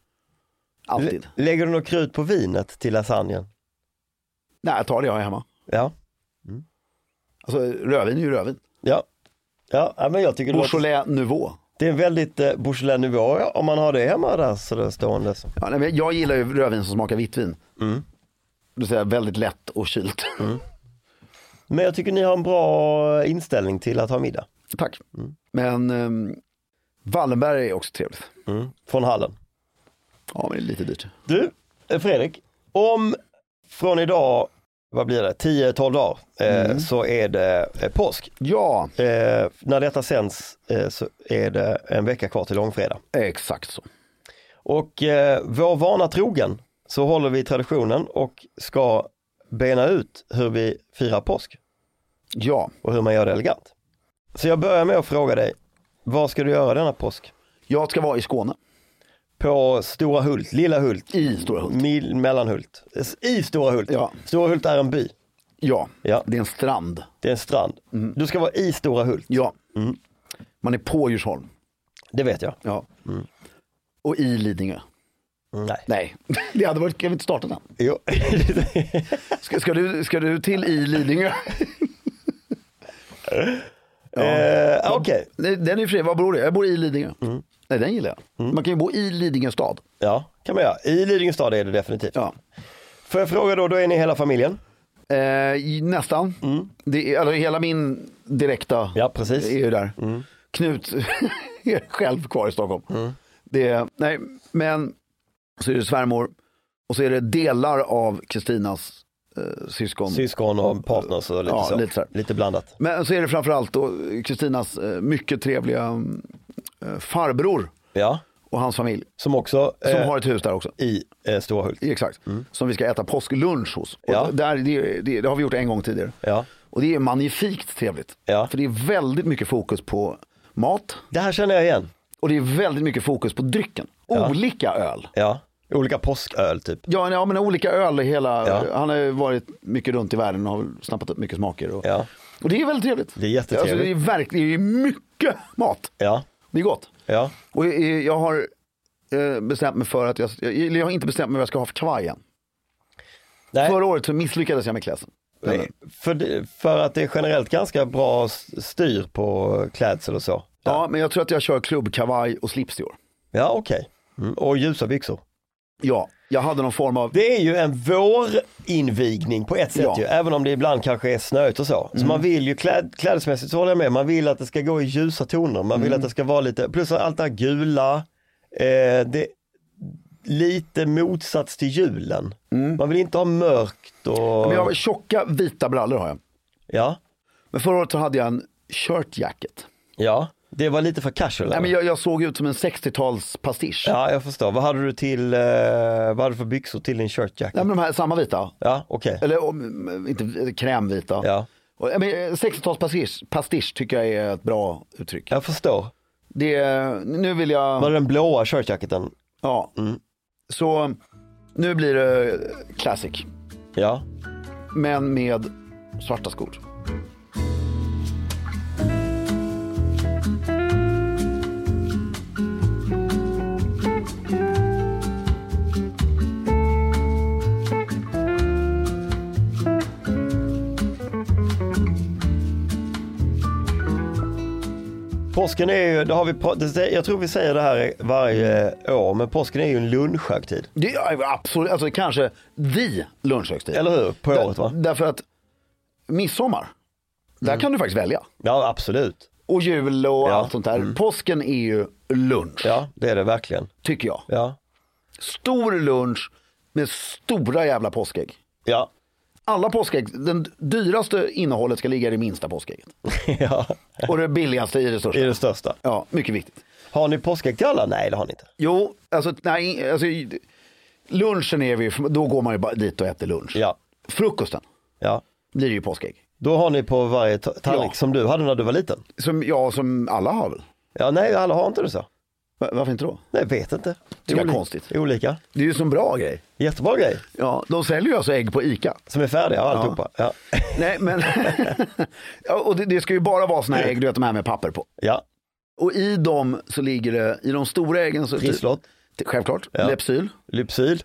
[SPEAKER 1] Alltid.
[SPEAKER 3] Lä- Lägger du något krut på vinet till lasagnen?
[SPEAKER 1] Nej, jag tar det jag har hemma.
[SPEAKER 3] Ja.
[SPEAKER 1] Alltså rödvin är ju rödvin.
[SPEAKER 3] Ja. Ja, ja, men jag tycker det, låter,
[SPEAKER 1] Beaujolais Nouveau.
[SPEAKER 3] det är en väldigt eh, Beaujolais nivå ja, om man har det hemma där så det är stående.
[SPEAKER 1] Ja, nej, men jag gillar ju rödvin som smakar vitt vin. Det vill säga väldigt lätt och kylt.
[SPEAKER 3] Men jag tycker ni har en bra inställning till att ha middag.
[SPEAKER 1] Tack. Men um, Wallenberg är också trevligt.
[SPEAKER 3] Mm. Från hallen.
[SPEAKER 1] Ja, men det är lite dyrt.
[SPEAKER 3] Du, eh, Fredrik, om från idag, vad blir det, 10-12 dagar, eh,
[SPEAKER 1] Mm.
[SPEAKER 3] så är det eh, påsk.
[SPEAKER 1] Ja,
[SPEAKER 3] Eh, när detta sänds eh, så är det en vecka kvar till långfredag.
[SPEAKER 1] exakt så.
[SPEAKER 3] Och eh, vår vana trogen så håller vi traditionen och ska bena ut hur vi firar påsk
[SPEAKER 1] Ja,
[SPEAKER 3] och hur man gör det elegant. Så jag börjar med att fråga dig, vad ska du göra denna påsk?
[SPEAKER 1] jag ska vara i Skåne.
[SPEAKER 3] På Stora Hult, Lilla Hult,
[SPEAKER 1] I Stora Hult.
[SPEAKER 3] Mil, Mellanhult, i Stora Hult.
[SPEAKER 1] Ja.
[SPEAKER 3] Stora Hult är en by.
[SPEAKER 1] Ja,
[SPEAKER 3] Ja.
[SPEAKER 1] det är en strand.
[SPEAKER 3] Det är en strand. Du ska vara i Stora Hult,
[SPEAKER 1] Ja, man är på Djursholm.
[SPEAKER 3] det vet jag.
[SPEAKER 1] Ja. Och i Lidingö.
[SPEAKER 3] Nej.
[SPEAKER 1] Nej, det hade varit, kan vi inte starta den?
[SPEAKER 3] Jo.
[SPEAKER 1] Ska, ska, du, ska du till i Lidingö?
[SPEAKER 3] eh, Okej,
[SPEAKER 1] Nej, Den är ju för sig, vad bor du? Jag bor i Lidingö.
[SPEAKER 3] Mm.
[SPEAKER 1] Nej, den gillar jag. Man kan ju bo i Lidingö stad.
[SPEAKER 3] ja, kan man göra. I Lidingö stad är det definitivt.
[SPEAKER 1] Ja.
[SPEAKER 3] Får jag fråga då, då är ni hela familjen?
[SPEAKER 1] Eh, i- nästan. Det är, alltså, hela min direkta
[SPEAKER 3] Mm. Ja, Mm. precis.
[SPEAKER 1] är ju där. Knut är själv kvar i Stockholm.
[SPEAKER 3] Mm.
[SPEAKER 1] Det är, nej, men så är det svärmor och så är det delar av Kristinas eh, syskon.
[SPEAKER 3] Syskon och partners och lite
[SPEAKER 1] Ja,
[SPEAKER 3] så.
[SPEAKER 1] lite så här.
[SPEAKER 3] lite blandat.
[SPEAKER 1] Men så är det framförallt då Kristinas eh, mycket trevliga mm, eh, farbror
[SPEAKER 3] Ja,
[SPEAKER 1] och hans familj.
[SPEAKER 3] som också
[SPEAKER 1] Som
[SPEAKER 3] eh,
[SPEAKER 1] har ett hus där också.
[SPEAKER 3] i eh, Storhult.
[SPEAKER 1] Exakt. Som vi ska äta påsklunch hos. Och
[SPEAKER 3] Ja.
[SPEAKER 1] där, det, det, det har vi gjort en gång tidigare.
[SPEAKER 3] Ja.
[SPEAKER 1] Och det är magnifikt trevligt.
[SPEAKER 3] Ja.
[SPEAKER 1] För det är väldigt mycket fokus på mat
[SPEAKER 3] Det här känner jag igen.
[SPEAKER 1] och det är väldigt mycket fokus på drycken. Olika öl.
[SPEAKER 3] Ja, olika påsköl typ.
[SPEAKER 1] Ja, ja men olika öl i hela,
[SPEAKER 3] Ja.
[SPEAKER 1] han har ju varit mycket runt i världen och har väl snappat upp mycket smaker. Och,
[SPEAKER 3] Ja.
[SPEAKER 1] och det är väldigt trevligt.
[SPEAKER 3] Det är jättetrevligt.
[SPEAKER 1] Alltså, det är verkligen det är mycket mat.
[SPEAKER 3] Ja,
[SPEAKER 1] Det är gott.
[SPEAKER 3] ja,
[SPEAKER 1] Och jag, jag har eh, bestämt mig för att jag, jag, eller jag har inte bestämt mig vad jag ska ha för kavaj än.
[SPEAKER 3] nej.
[SPEAKER 1] Förra året så misslyckades jag med klädseln.
[SPEAKER 3] Nej, För, det- för att det är generellt ganska bra s- styr på klädsel och så.
[SPEAKER 1] Ja, men jag tror att jag kör klubbkavaj och slips i år.
[SPEAKER 3] Ja, okej. Mm. Och ljusa byxor.
[SPEAKER 1] Ja, jag hade någon form av,
[SPEAKER 3] Det är ju en vårinvigning på ett sätt
[SPEAKER 1] Ja. Mm.
[SPEAKER 3] ju, även om det ibland kanske är snöigt och så. Så man vill ju, kläd, klädesmässigt så håller jag med, man vill att det ska gå i ljusa toner, man
[SPEAKER 1] Mm.
[SPEAKER 3] vill att det ska vara lite, plus allt det här gula, eh, det, lite motsats till julen. Man vill inte ha mörkt och,
[SPEAKER 1] Mm. men jag har tjocka vita brallor har jag.
[SPEAKER 3] ja,
[SPEAKER 1] Men förra året så hade jag en shirt jacket.
[SPEAKER 3] ja, det var lite för casual.
[SPEAKER 1] Nej,
[SPEAKER 3] eller?
[SPEAKER 1] men jag, jag såg ut som en 60-tals pastisch.
[SPEAKER 3] Ja, jag förstår. Vad hade du till, eh, vad hade du för byxor till din shirtjacket?
[SPEAKER 1] Nej, men de här samma vita.
[SPEAKER 3] Ja, okej.
[SPEAKER 1] Eller om, inte krämvita.
[SPEAKER 3] Ja,
[SPEAKER 1] Och, ja, men, eh, 60-tals pastisch, pastisch tycker jag är ett bra uttryck.
[SPEAKER 3] jag förstår.
[SPEAKER 1] Det, är- nu vill jag,
[SPEAKER 3] Var Mm. det den blåa shirtjacketen?
[SPEAKER 1] ja. Så nu blir det classic.
[SPEAKER 3] Ja.
[SPEAKER 1] Men med svarta skor.
[SPEAKER 3] Påsken är ju, det har vi, pra- det sä- jag tror vi säger det här varje år, men påsken är ju en lunchhögtid.
[SPEAKER 1] Det är absolut, alltså kanske the lunchhögtid.
[SPEAKER 3] Eller hur? På året va?
[SPEAKER 1] Där- Därför att midsommar, där kan du faktiskt välja.
[SPEAKER 3] Ja, absolut.
[SPEAKER 1] Och jul och
[SPEAKER 3] Mm. Ja. Mm.
[SPEAKER 1] allt sånt där. Påsken är ju lunch,
[SPEAKER 3] Ja, det är det verkligen.
[SPEAKER 1] tycker jag.
[SPEAKER 3] Ja.
[SPEAKER 1] Stor lunch med stora jävla påskägg.
[SPEAKER 3] Ja.
[SPEAKER 1] Alla påskägg, den dyraste innehållet ska ligga i det minsta påskägget.
[SPEAKER 3] ja,
[SPEAKER 1] Och det billigaste i det
[SPEAKER 3] det är
[SPEAKER 1] största.
[SPEAKER 3] det största.
[SPEAKER 1] Ja, mycket viktigt.
[SPEAKER 3] Har ni påskägg till alla? Nej, det har ni inte.
[SPEAKER 1] Jo, alltså, nej, alltså lunchen är vi ju- då går man ju bara dit och äter lunch.
[SPEAKER 3] Ja.
[SPEAKER 1] Frukosten
[SPEAKER 3] Ja.
[SPEAKER 1] blir det ju påskägg.
[SPEAKER 3] Då har ni på varje ta- tallrik
[SPEAKER 1] Ja.
[SPEAKER 3] som du hade när du var liten.
[SPEAKER 1] Som, ja, som alla har väl?
[SPEAKER 3] Ja, nej, alla har inte det så.
[SPEAKER 1] Va- Varför inte då?
[SPEAKER 3] Nej, vet inte.
[SPEAKER 1] Tycker jag
[SPEAKER 3] Oli-
[SPEAKER 1] konstigt.
[SPEAKER 3] Olika.
[SPEAKER 1] Det är ju en sån bra grej.
[SPEAKER 3] Jättebra grej.
[SPEAKER 1] Ja, de säljer ju alltså ägg på ICA.
[SPEAKER 3] Som är färdiga och alltihopa. Ja.
[SPEAKER 1] Nej, men... ja, och det, det ska ju bara vara såna här ägg, du vet de här med papper på.
[SPEAKER 3] ja.
[SPEAKER 1] Och i dem så ligger det, i de stora äggen så...
[SPEAKER 3] Trisslott,
[SPEAKER 1] Ty- Självklart,
[SPEAKER 3] Ja.
[SPEAKER 1] Lypsyl,
[SPEAKER 3] Lypsyl.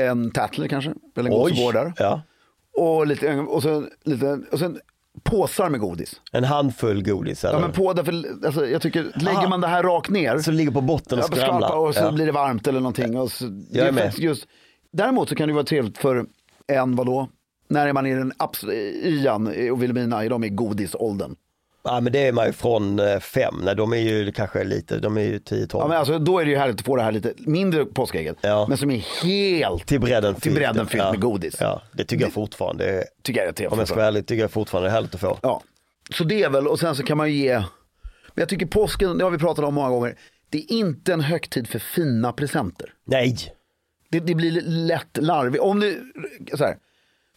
[SPEAKER 1] en tattler kanske, eller en god där.
[SPEAKER 3] Ja.
[SPEAKER 1] Och, lite, och, sen, lite, och sen påsar med godis.
[SPEAKER 3] En handfull godis. Eller?
[SPEAKER 1] Ja, men på, därför, alltså, jag tycker, lägger man det här rakt ner,
[SPEAKER 3] Som ligger på botten och
[SPEAKER 1] ja, på
[SPEAKER 3] skramlar.
[SPEAKER 1] skalpa och så
[SPEAKER 3] ja.
[SPEAKER 1] blir det varmt eller någonting. Och så, det
[SPEAKER 3] Jag är
[SPEAKER 1] är
[SPEAKER 3] med.
[SPEAKER 1] faktiskt just, däremot så kan det vara trevligt för en, vadå? När är man i den absoluta, Ian och Vilhelmina, är de i godisåldern?
[SPEAKER 3] ja, men det är man ju från eh, fem. Nej, de är ju kanske lite, de är ju 10-12.
[SPEAKER 1] Ja, men alltså, då är det ju härligt att få det här lite mindre påskägget,
[SPEAKER 3] Ja.
[SPEAKER 1] men som är helt,
[SPEAKER 3] Till bredden
[SPEAKER 1] till bredden fyllt
[SPEAKER 3] ja.
[SPEAKER 1] med godis.
[SPEAKER 3] Ja, det tycker jag fortfarande. är-
[SPEAKER 1] tycker jag är trevligt.
[SPEAKER 3] Om jag ska vara ärlig tycker jag fortfarande det är härligt att få.
[SPEAKER 1] Ja, så det är väl, och sen så kan man ju ge, men jag tycker påsken, det har vi pratat om många gånger, det är inte en högtid för fina presenter.
[SPEAKER 3] Nej,
[SPEAKER 1] Det, det blir lätt larvigt, om det, så här,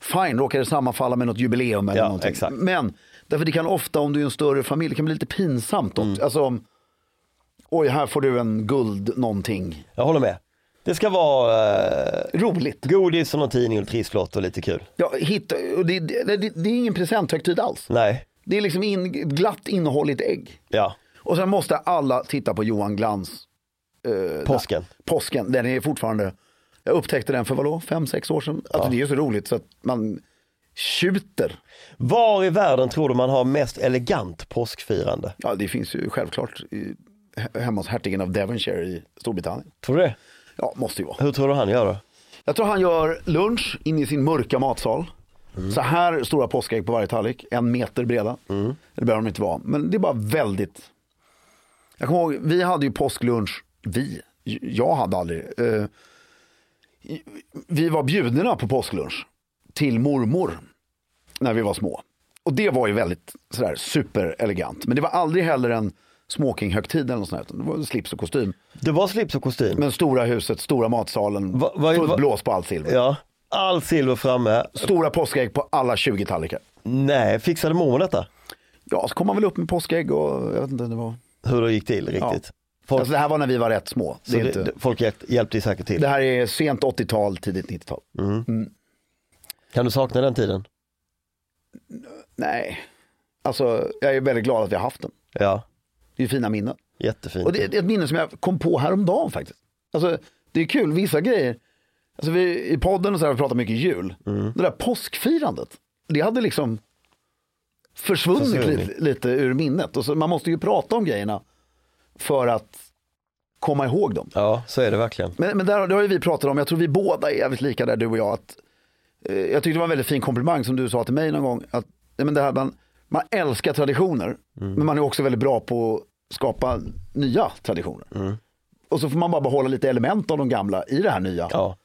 [SPEAKER 1] fine, råkar det sammanfalla med något jubileum eller
[SPEAKER 3] Ja,
[SPEAKER 1] någonting.
[SPEAKER 3] exakt.
[SPEAKER 1] Men, därför det kan ofta om du är en större familj, det kan bli lite pinsamt. Mm. Alltså om, oj här får du en guld någonting,
[SPEAKER 3] jag håller med. Det ska vara eh,
[SPEAKER 1] roligt.
[SPEAKER 3] godis och någon tidning och en trisslott och lite kul.
[SPEAKER 1] Ja, hitta, och det, det, det, det är ingen presenthögtid alls.
[SPEAKER 3] Nej,
[SPEAKER 1] Det är liksom in, ett glatt innehålligt ägg.
[SPEAKER 3] ja,
[SPEAKER 1] Och sen måste alla titta på Johan Glans Eh,
[SPEAKER 3] påsken.
[SPEAKER 1] påsken, den är fortfarande, jag upptäckte den för vadå, fem, sex år sedan. Alltså, Det är ju så roligt så att man tjuter.
[SPEAKER 3] Var i världen tror du man har mest elegant påskfirande?
[SPEAKER 1] Ja, det finns ju självklart i, he- hemma hos hertigen av Devonshire i Storbritannien.
[SPEAKER 3] Tror du det?
[SPEAKER 1] Ja, måste ju vara.
[SPEAKER 3] Hur tror du han gör då?
[SPEAKER 1] Jag tror han gör lunch inne i sin mörka matsal.
[SPEAKER 3] Mm.
[SPEAKER 1] Så här stora påskägg på varje tallrik, en meter breda.
[SPEAKER 3] Mm.
[SPEAKER 1] Det behöver de inte vara, men det är bara väldigt. Jag kommer ihåg, vi hade ju påsklunch, vi, J- jag hade aldrig. Eh, i- vi var bjudna på påsklunch till mormor när vi var små. Och det var ju väldigt sådär superelegant. Men det var aldrig heller en smokinghögtid eller något sånt där, utan det var slips och kostym.
[SPEAKER 3] Det var slips och kostym.
[SPEAKER 1] Men stora huset, stora matsalen,
[SPEAKER 3] Va- vad-
[SPEAKER 1] fullt
[SPEAKER 3] vad-
[SPEAKER 1] blås på allt silver.
[SPEAKER 3] Ja, all silver framme.
[SPEAKER 1] Stora påskägg på alla 20 tallrikar.
[SPEAKER 3] Nej, fixade mormor detta?
[SPEAKER 1] Ja, så kom man väl upp med påskägg och jag vet inte, det var...
[SPEAKER 3] Hur det gick till riktigt. Folk,
[SPEAKER 1] Alltså det här var när vi var rätt små. Det,
[SPEAKER 3] så
[SPEAKER 1] är
[SPEAKER 3] det,
[SPEAKER 1] inte...
[SPEAKER 3] det- folk hjälpt- hjälpte säkert till.
[SPEAKER 1] det här är sent 80-tal, tidigt 90-tal.
[SPEAKER 3] Kan du sakna den tiden?
[SPEAKER 1] Nej, alltså jag är väldigt glad att vi har haft den.
[SPEAKER 3] Ja,
[SPEAKER 1] Det är ju fina minnen.
[SPEAKER 3] jättefint.
[SPEAKER 1] Och det är ett minne som jag kom på häromdagen faktiskt. Alltså, det är kul, vissa grejer. Alltså, vi, I podden och så här, vi pratar mycket jul. Det där påskfirandet, det hade liksom försvunnit
[SPEAKER 3] Försvunnit.
[SPEAKER 1] lite, lite ur minnet. Och så, man måste ju prata om grejerna för att komma ihåg dem.
[SPEAKER 3] Ja, så är det verkligen.
[SPEAKER 1] Men, men där, har- det har ju vi pratat om, jag tror vi båda är jävligt lika där du och jag. Att, eh, jag tyckte det var en väldigt fin komplimang som du sa till mig någon gång. Att, nej, men det här, man, man älskar traditioner,
[SPEAKER 3] Mm.
[SPEAKER 1] men man är också väldigt bra på att skapa nya traditioner.
[SPEAKER 3] Mm.
[SPEAKER 1] Och så får man bara behålla lite element av de gamla i det här nya,
[SPEAKER 3] Ja,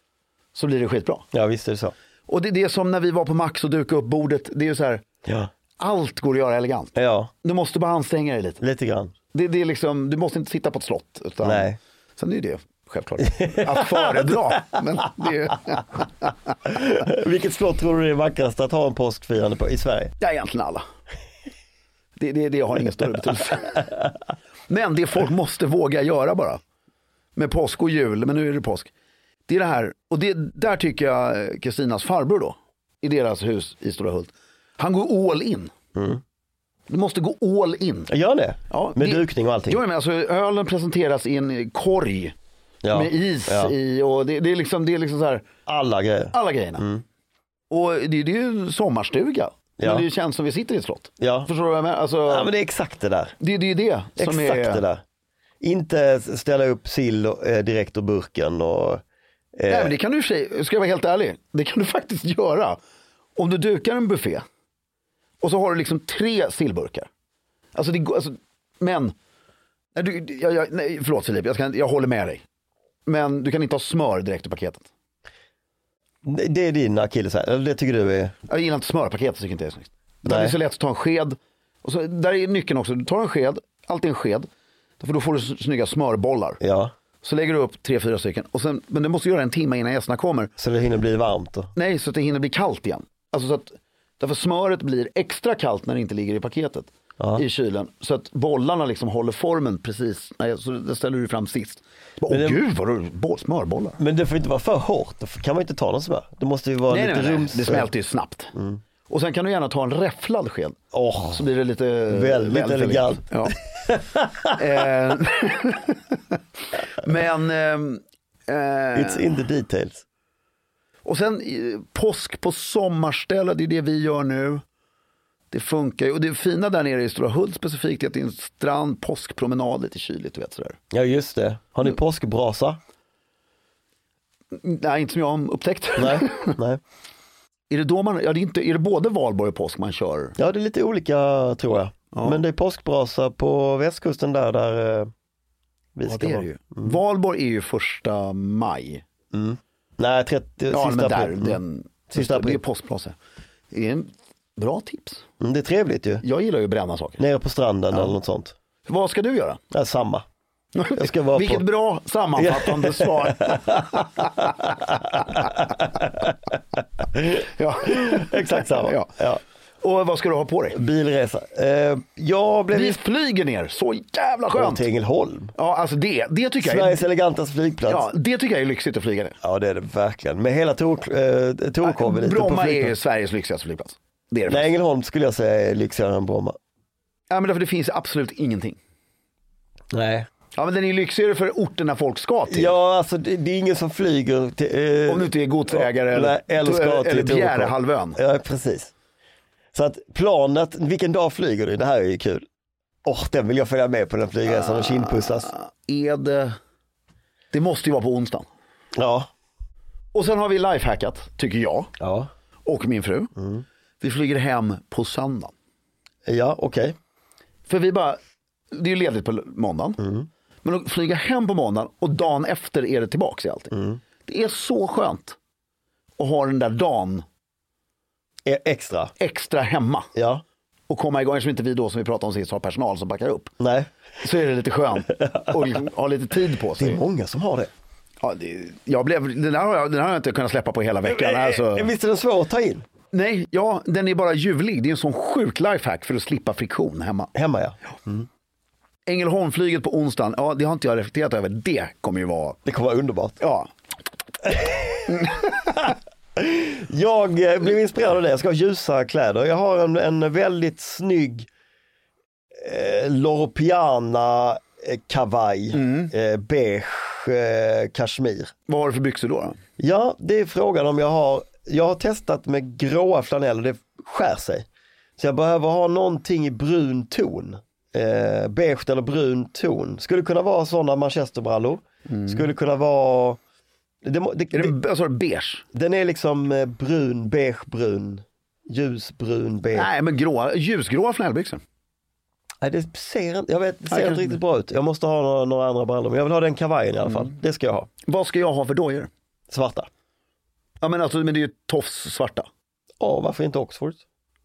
[SPEAKER 1] så blir det skitbra.
[SPEAKER 3] ja visst är det så.
[SPEAKER 1] Och det, det är som när vi var på Max och dukade upp bordet, det är ju så här,
[SPEAKER 3] Ja,
[SPEAKER 1] allt går att göra elegant.
[SPEAKER 3] ja
[SPEAKER 1] Du måste bara anstränga dig lite.
[SPEAKER 3] lite grann.
[SPEAKER 1] Det, det är liksom, du måste inte sitta på ett slott. Utan,
[SPEAKER 3] Nej.
[SPEAKER 1] Sen är ju det självklart att föredra. men det är,
[SPEAKER 3] Vilket slott tror du är vackrast att ha en påskfirande på i Sverige?
[SPEAKER 1] Ja, egentligen alla. Det, det, det har ingen större betydelse. Men det folk måste våga göra bara. Med påsk och jul, men nu är det påsk. Det är det här, och det, där tycker jag eh, Kristinas farbror då, i deras hus i Stora Hult, han går all in.
[SPEAKER 3] Mm.
[SPEAKER 1] Du måste gå all in.
[SPEAKER 3] Gör det?
[SPEAKER 1] Ja,
[SPEAKER 3] Med
[SPEAKER 1] det-
[SPEAKER 3] dukning och allting?
[SPEAKER 1] Jo, men alltså, ölen presenteras i en korg
[SPEAKER 3] ja.
[SPEAKER 1] med is
[SPEAKER 3] ja.
[SPEAKER 1] i och det, det, är liksom, det är liksom så här,
[SPEAKER 3] Alla grejer.
[SPEAKER 1] alla grejerna. Och det, det är ju en sommarstuga,
[SPEAKER 3] Mm. Ja.
[SPEAKER 1] men det känns som vi sitter i ett slott.
[SPEAKER 3] Ja.
[SPEAKER 1] Förstår du vad jag menar? Alltså,
[SPEAKER 3] ja, men det är exakt det där.
[SPEAKER 1] det, det är ju det som
[SPEAKER 3] Exakt
[SPEAKER 1] är...
[SPEAKER 3] det där. Inte ställa upp sill eh, direkt ur burken och... eh,
[SPEAKER 1] Nej, men det kan du i och för sig, ska jag vara helt ärlig, det kan du faktiskt göra. Om du dukar en buffé och så har du liksom tre sillburkar. Alltså, det, går- alltså men, nej, du, jag, jag, nej, förlåt Filip, jag, ska, inte- jag håller med dig. Men du kan inte ha smör direkt i paketet.
[SPEAKER 3] Det- Det är din akilleshäl, eller det tycker du är...
[SPEAKER 1] Jag gillar inte smörpaketet, tycker inte det är snyggt. Utan
[SPEAKER 3] Nej.
[SPEAKER 1] Det är så lätt att ta en sked, och så, där är nyckeln också, du tar en sked, alltid en sked, för då får du s- snygga smörbollar.
[SPEAKER 3] Ja,
[SPEAKER 1] Så lägger du upp tre, fyra stycken, och sen, men du måste göra en timme innan gästerna kommer.
[SPEAKER 3] så det hinner bli varmt. Och...
[SPEAKER 1] Nej, så att det hinner bli kallt igen. Alltså så att, därför smöret blir extra kallt när det inte ligger i paketet i kylen. Så att bollarna liksom håller formen precis, nej, så det ställer du fram sist. Bara, Åh
[SPEAKER 3] Men det-
[SPEAKER 1] gud vad du, bo- smörbollar.
[SPEAKER 3] Men det får inte vara för hårt, då kan man inte ta någon smör. Det måste ju vara
[SPEAKER 1] Nej,
[SPEAKER 3] lite Mm.
[SPEAKER 1] nej, nej,
[SPEAKER 3] rums...
[SPEAKER 1] det smälter ju snabbt. Och sen kan du gärna ta en räfflad sked.
[SPEAKER 3] Åh,
[SPEAKER 1] Så blir det lite
[SPEAKER 3] Väldigt elegant.
[SPEAKER 1] Ja. Eh, Men, ehm, eh,
[SPEAKER 3] it's in the details.
[SPEAKER 1] och sen eh, påsk på sommarställe, det är det vi gör nu. Det funkar ju. Och det fina där nere i Stora Hult specifikt är att det är en strand, påskpromenad, lite kyligt. Du vet, sådär.
[SPEAKER 3] Ja just det. Har ni påskbrasa?
[SPEAKER 1] Nej, inte som jag upptäckte.
[SPEAKER 3] Nej, nej.
[SPEAKER 1] Är det då man, ja, det är, inte, är det både valborg och påsk man kör?
[SPEAKER 3] Ja det är lite olika tror jag. Men det är påskbrasa på västkusten där, där eh, vi ska vara. Mm.
[SPEAKER 1] Valborg är ju första maj.
[SPEAKER 3] Nej, 30,
[SPEAKER 1] Ja,
[SPEAKER 3] sista
[SPEAKER 1] men där,
[SPEAKER 3] april. Mm.
[SPEAKER 1] den,
[SPEAKER 3] Sista
[SPEAKER 1] Det är
[SPEAKER 3] april.
[SPEAKER 1] påskbrasa. Det är en bra tips.
[SPEAKER 3] Mm, det är trevligt ju.
[SPEAKER 1] Jag gillar ju att bränna saker.
[SPEAKER 3] Nere på stranden eller något sånt.
[SPEAKER 1] Vad ska du göra?
[SPEAKER 3] Ja, samma. Jag ska vara
[SPEAKER 1] Vilket
[SPEAKER 3] på...
[SPEAKER 1] bra sammanfattande svar. ja.
[SPEAKER 3] Exakt samma.
[SPEAKER 1] Ja.
[SPEAKER 3] ja.
[SPEAKER 1] Och vad ska du ha på dig?
[SPEAKER 3] Bilresa. Eh, jag blev
[SPEAKER 1] Vi flyger ner, så jävla
[SPEAKER 3] inspirerad
[SPEAKER 1] skönt.
[SPEAKER 3] till Ängelholm.
[SPEAKER 1] Ja, alltså det, det tycker jag är,
[SPEAKER 3] Sveriges elegantaste flygplats.
[SPEAKER 1] ja,
[SPEAKER 3] Ja.
[SPEAKER 1] det tycker jag är lyxigt att flyga ner.
[SPEAKER 3] det är det verkligen. Med hela Tor- eh, Torekoven lite på
[SPEAKER 1] Bromma är ju
[SPEAKER 3] flygplatsen.
[SPEAKER 1] Sveriges lyxigaste flygplats. Det är det.
[SPEAKER 3] Nej,
[SPEAKER 1] Nej.
[SPEAKER 3] Ängelholm skulle jag säga är lyxigare än Bromma.
[SPEAKER 1] Ja, men därför det finns absolut ingenting.
[SPEAKER 3] Nej.
[SPEAKER 1] Ja, men den är ju lyxigare för orterna folk ska till.
[SPEAKER 3] Ja, alltså det, det är ingen som flyger till... eh,
[SPEAKER 1] typ. Om du inte är godsägare
[SPEAKER 3] ja,
[SPEAKER 1] eller,
[SPEAKER 3] nej, eller, ska till
[SPEAKER 1] eller
[SPEAKER 3] Torekov.
[SPEAKER 1] Bjärehalvön.
[SPEAKER 3] Ja, precis. Så att planet, vilken dag flyger du? Det här är ju kul. Åh, den vill jag följa med på den flygresan och kindpussas.
[SPEAKER 1] Är det... Det måste ju vara på onsdagen.
[SPEAKER 3] Ja.
[SPEAKER 1] Och sen har vi lifehackat, tycker jag.
[SPEAKER 3] Ja.
[SPEAKER 1] och min fru. Vi flyger hem på söndagen.
[SPEAKER 3] Ja, okej.
[SPEAKER 1] För vi bara, det är ju ledigt på måndagen. Men att flyga hem på måndagen och dagen efter är det tillbaks i allting. Det är så skönt att ha den där dagen
[SPEAKER 3] E- Extra.
[SPEAKER 1] extra hemma
[SPEAKER 3] Ja.
[SPEAKER 1] och komma igång. Eftersom inte vi då som vi pratade om sist har personal som backar upp.
[SPEAKER 3] Nej.
[SPEAKER 1] Så är det lite skönt och liksom ha lite tid på
[SPEAKER 3] Det är
[SPEAKER 1] sig.
[SPEAKER 3] många som har det.
[SPEAKER 1] Ja, det, jag blev, den, här har jag, den här har jag inte kunnat släppa på hela veckan. Alltså,
[SPEAKER 3] Eh, Visst är den svår att ta in?
[SPEAKER 1] nej, ja, den är bara ljuvlig. Det är en sån sjuk lifehack för att slippa friktion hemma.
[SPEAKER 3] Hemma ja.
[SPEAKER 1] Ängelholmflyget på onsdagen, ja, det har inte jag reflekterat över. Det kommer ju vara,
[SPEAKER 3] Det kommer vara underbart.
[SPEAKER 1] ja,
[SPEAKER 3] Jag eh, blev inspirerad av det, jag ska ha ljusa kläder. Jag har en, en väldigt snygg eh, Loro Piana eh, kavaj, eh, beige eh, kashmir.
[SPEAKER 1] vad har du för byxor då? då?
[SPEAKER 3] Ja, det är frågan om jag har, jag har testat med gråa flaneller, det skär sig. Så jag behöver ha någonting i brun ton. Eh, beige eller brun ton. Skulle kunna vara sådana manchesterbrallor. Skulle kunna vara, det, må- det,
[SPEAKER 1] Är
[SPEAKER 3] det,
[SPEAKER 1] det, alltså, beige?
[SPEAKER 3] den är liksom eh, brun, beigebrun, ljusbrun, beige. Nej.
[SPEAKER 1] Nej, men gråa, ljusgråa flanellbyxor.
[SPEAKER 3] det ser, inte- jag vet, det
[SPEAKER 1] Nej,
[SPEAKER 3] ser inte Mm.
[SPEAKER 1] kanske-
[SPEAKER 3] riktigt bra ut. Jag måste ha några, några andra brallor, men jag vill ha den kavajen i alla fall. Det ska jag ha.
[SPEAKER 1] Vad ska jag ha för dojor?
[SPEAKER 3] Svarta.
[SPEAKER 1] Ja, men, alltså, men det är ju tofs svarta.
[SPEAKER 3] Ja, varför inte Oxford?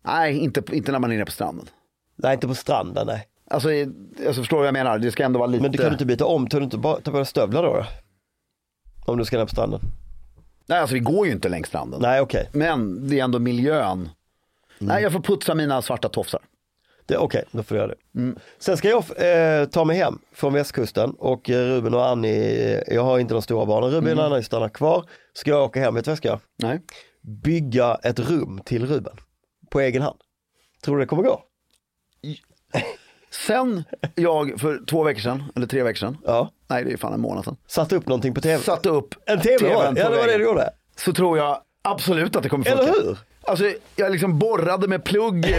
[SPEAKER 1] Nej, inte, inte när man är nere på stranden.
[SPEAKER 3] Nej, inte på stranden, nej.
[SPEAKER 1] Alltså, i- alltså förstår du vad jag menar? Det ska ändå vara lite...
[SPEAKER 3] Men du kan du inte byta om, tar du inte bara, ta på dig stövlar då? då? Om du ska ner på stranden?
[SPEAKER 1] Nej, alltså vi går ju inte längs stranden.
[SPEAKER 3] Nej Mm. okej,
[SPEAKER 1] Men det är ändå miljön. Nej, jag får putsa mina svarta tofsar.
[SPEAKER 3] okay. okej då får du göra det. Sen ska jag eh, ta mig hem från västkusten och eh, Ruben och Annie, jag har inte de stora barnen, Ruben och Annie stannar kvar. Ska jag åka hem, vet du vad jag ska göra?
[SPEAKER 1] Nej.
[SPEAKER 3] Bygga ett rum till Ruben på egen hand. Tror du det kommer gå?
[SPEAKER 1] Sen jag för två veckor sedan, eller tre veckor sedan,
[SPEAKER 3] Ja,
[SPEAKER 1] nej det är fan en månad sedan,
[SPEAKER 3] satte upp någonting på tv.
[SPEAKER 1] satte upp
[SPEAKER 3] en tv
[SPEAKER 1] tvn
[SPEAKER 3] var det, ja
[SPEAKER 1] på
[SPEAKER 3] det var det
[SPEAKER 1] väggen.
[SPEAKER 3] du gjorde.
[SPEAKER 1] Så tror jag absolut att det kommer funka.
[SPEAKER 3] Eller hur?
[SPEAKER 1] Alltså jag liksom borrade med plugg, eh,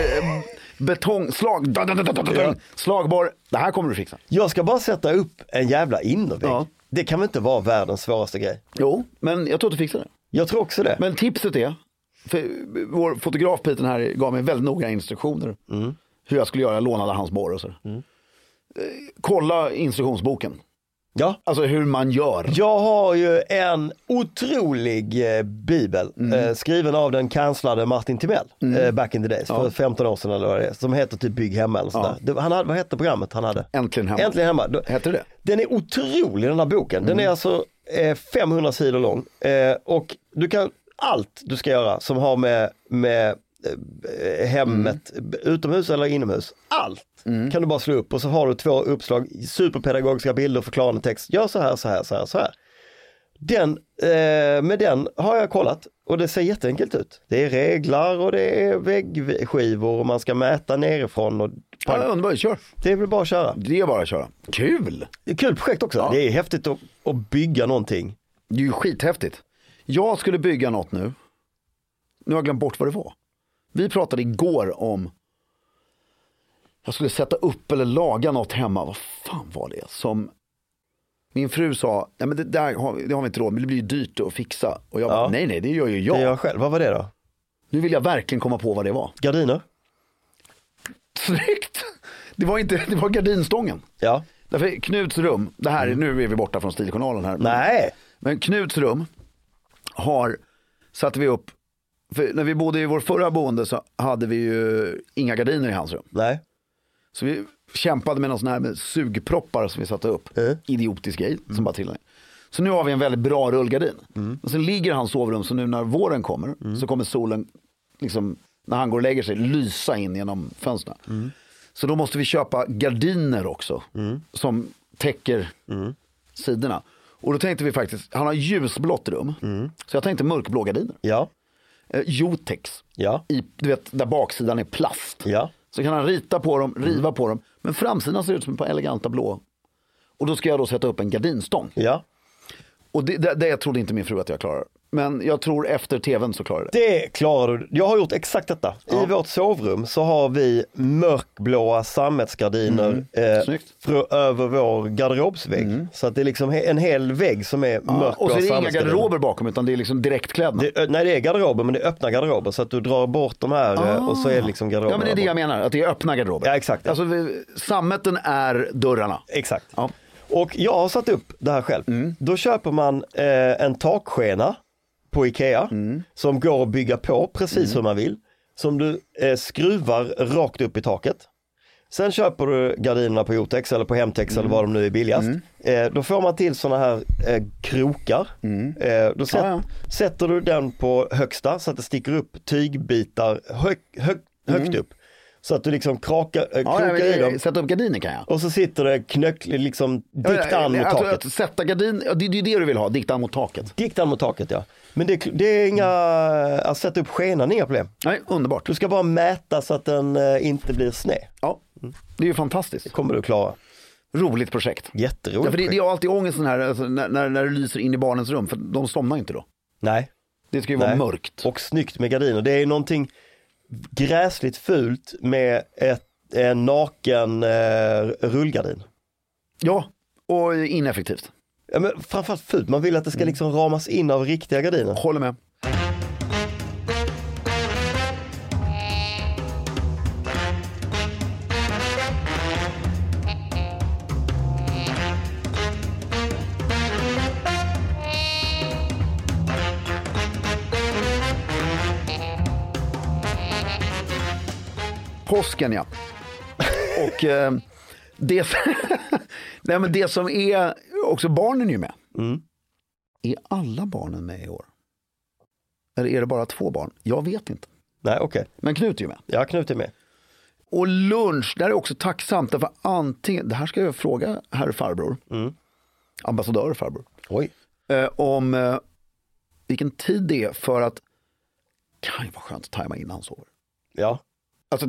[SPEAKER 1] betong, slag, da, da, da, da, da, da,
[SPEAKER 3] Ja.
[SPEAKER 1] slagborr. Det här kommer du fixa.
[SPEAKER 3] Jag ska bara sätta upp en jävla innervägg.
[SPEAKER 1] Ja.
[SPEAKER 3] Det kan väl inte vara världens svåraste grej?
[SPEAKER 1] Jo, men jag tror att du fixar det.
[SPEAKER 3] Jag tror också det.
[SPEAKER 1] Men tipset är, för vår fotograf Peter här gav mig väldigt noga instruktioner.
[SPEAKER 3] Mm.
[SPEAKER 1] Hur jag skulle göra, jag lånade hans borr och så. Eh, Kolla instruktionsboken,
[SPEAKER 3] ja.
[SPEAKER 1] alltså hur man gör.
[SPEAKER 3] Jag har ju en otrolig eh, bibel
[SPEAKER 1] Mm.
[SPEAKER 3] eh, skriven av den kanslade Martin Timell eh, back in the days, för 15 år sedan eller vad det är, som heter typ Bygg hemma eller sådär. Det- Han hade, vad hette programmet han hade?
[SPEAKER 1] Äntligen hemma.
[SPEAKER 3] Äntligen hemma. Då-
[SPEAKER 1] Hette det
[SPEAKER 3] Den är otrolig den här boken. Den är alltså eh, 500 sidor lång eh, och du kan allt du ska göra som har med, med eh, hemmet, b- utomhus eller inomhus, allt kan du bara slå upp och så har du två uppslag, superpedagogiska bilder, förklarande text, gör så här, så här, så här, så här. Den, eh, med den har jag kollat och det ser jätteenkelt ut. Det är reglar och det är väggskivor och man ska mäta nerifrån och
[SPEAKER 1] Ja, underbart, kör.
[SPEAKER 3] det är väl bara att köra.
[SPEAKER 1] Det är bara att köra. Kul!
[SPEAKER 3] Det är ett kul projekt också. Det är häftigt att, att bygga någonting.
[SPEAKER 1] Det är ju skithäftigt. Jag skulle bygga något nu. Nu har jag glömt bort vad det var. Vi pratade igår om jag skulle sätta upp eller laga något hemma. Vad fan var det? Som min fru sa, nej men det där har vi, det har vi inte råd med, det blir ju dyrt att fixa. Och jag bara,
[SPEAKER 3] Ja.
[SPEAKER 1] nej nej det gör ju jag.
[SPEAKER 3] Det gör jag själv. Vad var det då?
[SPEAKER 1] Nu vill jag verkligen komma på vad det var.
[SPEAKER 3] Gardiner?
[SPEAKER 1] Snyggt! Det var, inte, det var gardinstången.
[SPEAKER 3] Ja.
[SPEAKER 1] Därför Knuts rum, det här, nu är vi borta från stiljournalen här.
[SPEAKER 3] Mm. Nej.
[SPEAKER 1] Men Knuts rum har, satte vi upp, för när vi bodde i vår förra boende så hade vi ju inga gardiner i hans rum.
[SPEAKER 3] Nej.
[SPEAKER 1] Så vi kämpade med någon sån här med sugproppar som vi satte upp.
[SPEAKER 3] Mm.
[SPEAKER 1] Idiotisk grej som bara trillade ner. Så nu har vi en väldigt bra rullgardin. Och sen ligger hans sovrum så nu när våren kommer så kommer solen, liksom, när han går och lägger sig, lysa in genom fönstren. Så då måste vi köpa gardiner också som täcker sidorna. Och då tänkte vi faktiskt, han har ljusblått rum. Så jag tänkte mörkblå gardiner.
[SPEAKER 3] Ja.
[SPEAKER 1] Eh, Jotex,
[SPEAKER 3] Ja.
[SPEAKER 1] i, du vet där baksidan är plast.
[SPEAKER 3] Ja.
[SPEAKER 1] Så kan han rita på dem, riva
[SPEAKER 3] Mm.
[SPEAKER 1] på dem. Men framsidan ser ut som på eleganta blå. Och då ska jag då sätta upp en gardinstång.
[SPEAKER 3] Ja.
[SPEAKER 1] Och det, det, det trodde inte min fru att jag klarar. Men jag tror efter tvn så klarar jag det.
[SPEAKER 3] Det klarar du. Jag har gjort exakt detta. I vårt sovrum så har vi mörkblåa sammetsgardiner eh,
[SPEAKER 1] Mm. Snyggt. Mm.
[SPEAKER 3] frå- över vår garderobsvägg. Så att det är liksom he- en hel vägg som är mörkblå
[SPEAKER 1] och så är det inga
[SPEAKER 3] sammetsgardiner.
[SPEAKER 1] garderober bakom utan det är liksom direktkläderna.
[SPEAKER 3] Det, nej det är garderober men det är öppna garderober så att du drar bort de här eh, och så är det liksom
[SPEAKER 1] Ah.
[SPEAKER 3] garderoberna.
[SPEAKER 1] ja men det är det
[SPEAKER 3] bort.
[SPEAKER 1] jag menar, att det är öppna garderober.
[SPEAKER 3] Ja, exakt, ja.
[SPEAKER 1] Alltså vi, sammeten är dörrarna.
[SPEAKER 3] Exakt.
[SPEAKER 1] Ja.
[SPEAKER 3] Och jag har satt upp det här själv.
[SPEAKER 1] Mm.
[SPEAKER 3] Då köper man
[SPEAKER 1] Mm.
[SPEAKER 3] eh, en takskena på Ikea som går att bygga på precis hur man vill. som du eh, skruvar rakt upp i taket. Sen köper du gardinerna på Jotex eller på Hemtex
[SPEAKER 1] Mm.
[SPEAKER 3] eller var de nu är billigast. Eh, då får man till sådana här eh, krokar. Eh, då sätt,
[SPEAKER 1] Mm. Ja,
[SPEAKER 3] sätter du den på högsta så att det sticker upp tygbitar hög, hög, högt upp. Så att du liksom krakar, eh,
[SPEAKER 1] Mm. Ja,
[SPEAKER 3] krokar i
[SPEAKER 1] jag
[SPEAKER 3] dem
[SPEAKER 1] vill, sätta upp gardiner kan jag.
[SPEAKER 3] och så sitter det knöcklig, liksom dikt an mot
[SPEAKER 1] att,
[SPEAKER 3] taket.
[SPEAKER 1] att sätta gardin, ja, det, det är det du vill ha, dikta mot taket.
[SPEAKER 3] Dikt an mot taket ja. Men det, är- det är inga, att sätta upp skenan är inga problem.
[SPEAKER 1] Nej, underbart.
[SPEAKER 3] Du ska bara mäta så att den eh, inte blir sned.
[SPEAKER 1] Ja,
[SPEAKER 3] Mm.
[SPEAKER 1] det är ju fantastiskt.
[SPEAKER 3] Kommer du klara.
[SPEAKER 1] Roligt projekt.
[SPEAKER 3] Jätteroligt.
[SPEAKER 1] Ja, för det, det
[SPEAKER 3] projekt.
[SPEAKER 1] är alltid ångesten här alltså, när, när, när det lyser in i barnens rum, för de somnar ju inte då.
[SPEAKER 3] Nej.
[SPEAKER 1] Det ska ju
[SPEAKER 3] Nej.
[SPEAKER 1] vara mörkt.
[SPEAKER 3] Och snyggt med gardiner. Det är någonting gräsligt fult med ett, en naken eh, rullgardin.
[SPEAKER 1] Ja, och ineffektivt.
[SPEAKER 3] Ja, men framförallt fult, man vill att det
[SPEAKER 1] Mm.
[SPEAKER 3] ska liksom ramas in av riktiga gardiner.
[SPEAKER 1] Håller med. Påsken ja. Och eh, det, nej, men det som är, också barnen är ju med.
[SPEAKER 3] Mm.
[SPEAKER 1] Är alla barnen med i år? Eller är det bara två barn? Jag vet inte.
[SPEAKER 3] Nej okej,
[SPEAKER 1] Men Knut är ju med.
[SPEAKER 3] jag knutit med.
[SPEAKER 1] Och lunch, där är också tacksamt. Därför antingen, det här ska jag fråga herr farbror, ambassadör farbror,
[SPEAKER 3] Oj.
[SPEAKER 1] eh, om eh, vilken tid det är för att kan ju vara skönt att tajma innan han sover.
[SPEAKER 3] Ja,
[SPEAKER 1] Alltså,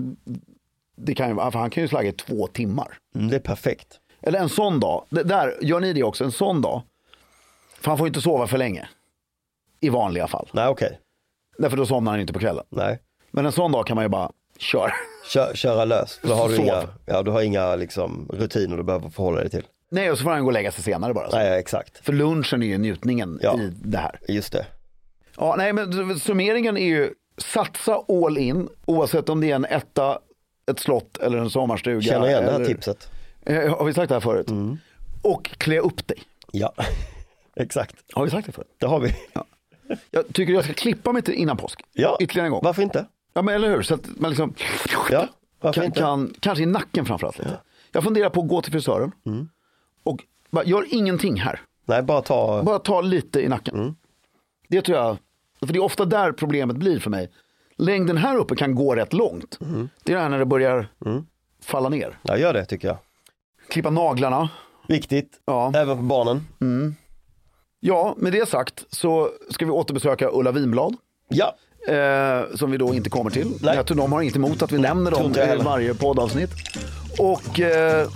[SPEAKER 1] det kan ju, vara- för han kan ju slagga i två timmar.
[SPEAKER 3] mm, det är perfekt.
[SPEAKER 1] Eller en sån dag, det, där gör ni det också, en sån dag. För han får ju inte sova för länge. I vanliga fall.
[SPEAKER 3] Nej okej,
[SPEAKER 1] Därför då somnar han inte på kvällen.
[SPEAKER 3] nej.
[SPEAKER 1] Men en sån dag kan man ju bara köra.
[SPEAKER 3] Kör, köra lös, då har du
[SPEAKER 1] Sov.
[SPEAKER 3] inga, ja, du har inga liksom, rutiner du behöver förhålla dig till.
[SPEAKER 1] Nej, och så får han gå och lägga sig senare bara.
[SPEAKER 3] Nej exakt,
[SPEAKER 1] För lunchen är ju njutningen
[SPEAKER 3] Ja.
[SPEAKER 1] i det här.
[SPEAKER 3] just det.
[SPEAKER 1] Ja, nej, men summeringen är ju satsa all in oavsett om det är en etta, ett slott eller en sommarstuga.
[SPEAKER 3] Känner igen det här Mm.
[SPEAKER 1] eller-
[SPEAKER 3] tipset.
[SPEAKER 1] Eh, Har vi sagt det här förut? Och klä upp dig.
[SPEAKER 3] Ja, exakt.
[SPEAKER 1] Har vi sagt det förut?
[SPEAKER 3] Det har vi.
[SPEAKER 1] Jag tycker jag ska klippa mig till innan påsk.
[SPEAKER 3] Ja.
[SPEAKER 1] Ytterligare en gång.
[SPEAKER 3] Varför inte?
[SPEAKER 1] Ja, men eller hur? Så att man liksom
[SPEAKER 3] Ja, varför
[SPEAKER 1] kan,
[SPEAKER 3] inte?
[SPEAKER 1] kan, kanske i nacken framförallt lite. Jag funderar på att gå till frisören
[SPEAKER 3] Mm.
[SPEAKER 1] och bara, gör ingenting här.
[SPEAKER 3] Nej, bara ta,
[SPEAKER 1] Bara ta lite i nacken. Det tror jag, för det är ofta där problemet blir för mig. Längden här uppe kan gå rätt långt. Det är det här när det börjar falla ner.
[SPEAKER 3] ja gör det tycker jag.
[SPEAKER 1] Klippa naglarna.
[SPEAKER 3] Viktigt,
[SPEAKER 1] Ja. Mm.
[SPEAKER 3] även för barnen.
[SPEAKER 1] Ja, med det sagt så ska vi återbesöka Ulla Vinblad.
[SPEAKER 3] Ja,
[SPEAKER 1] Eh, som vi då inte kommer till.
[SPEAKER 3] Nej.
[SPEAKER 1] Jag tror de har inget emot att vi nämner
[SPEAKER 3] tror
[SPEAKER 1] dem
[SPEAKER 3] inte jag
[SPEAKER 1] i
[SPEAKER 3] heller.
[SPEAKER 1] varje poddavsnitt. Och eh,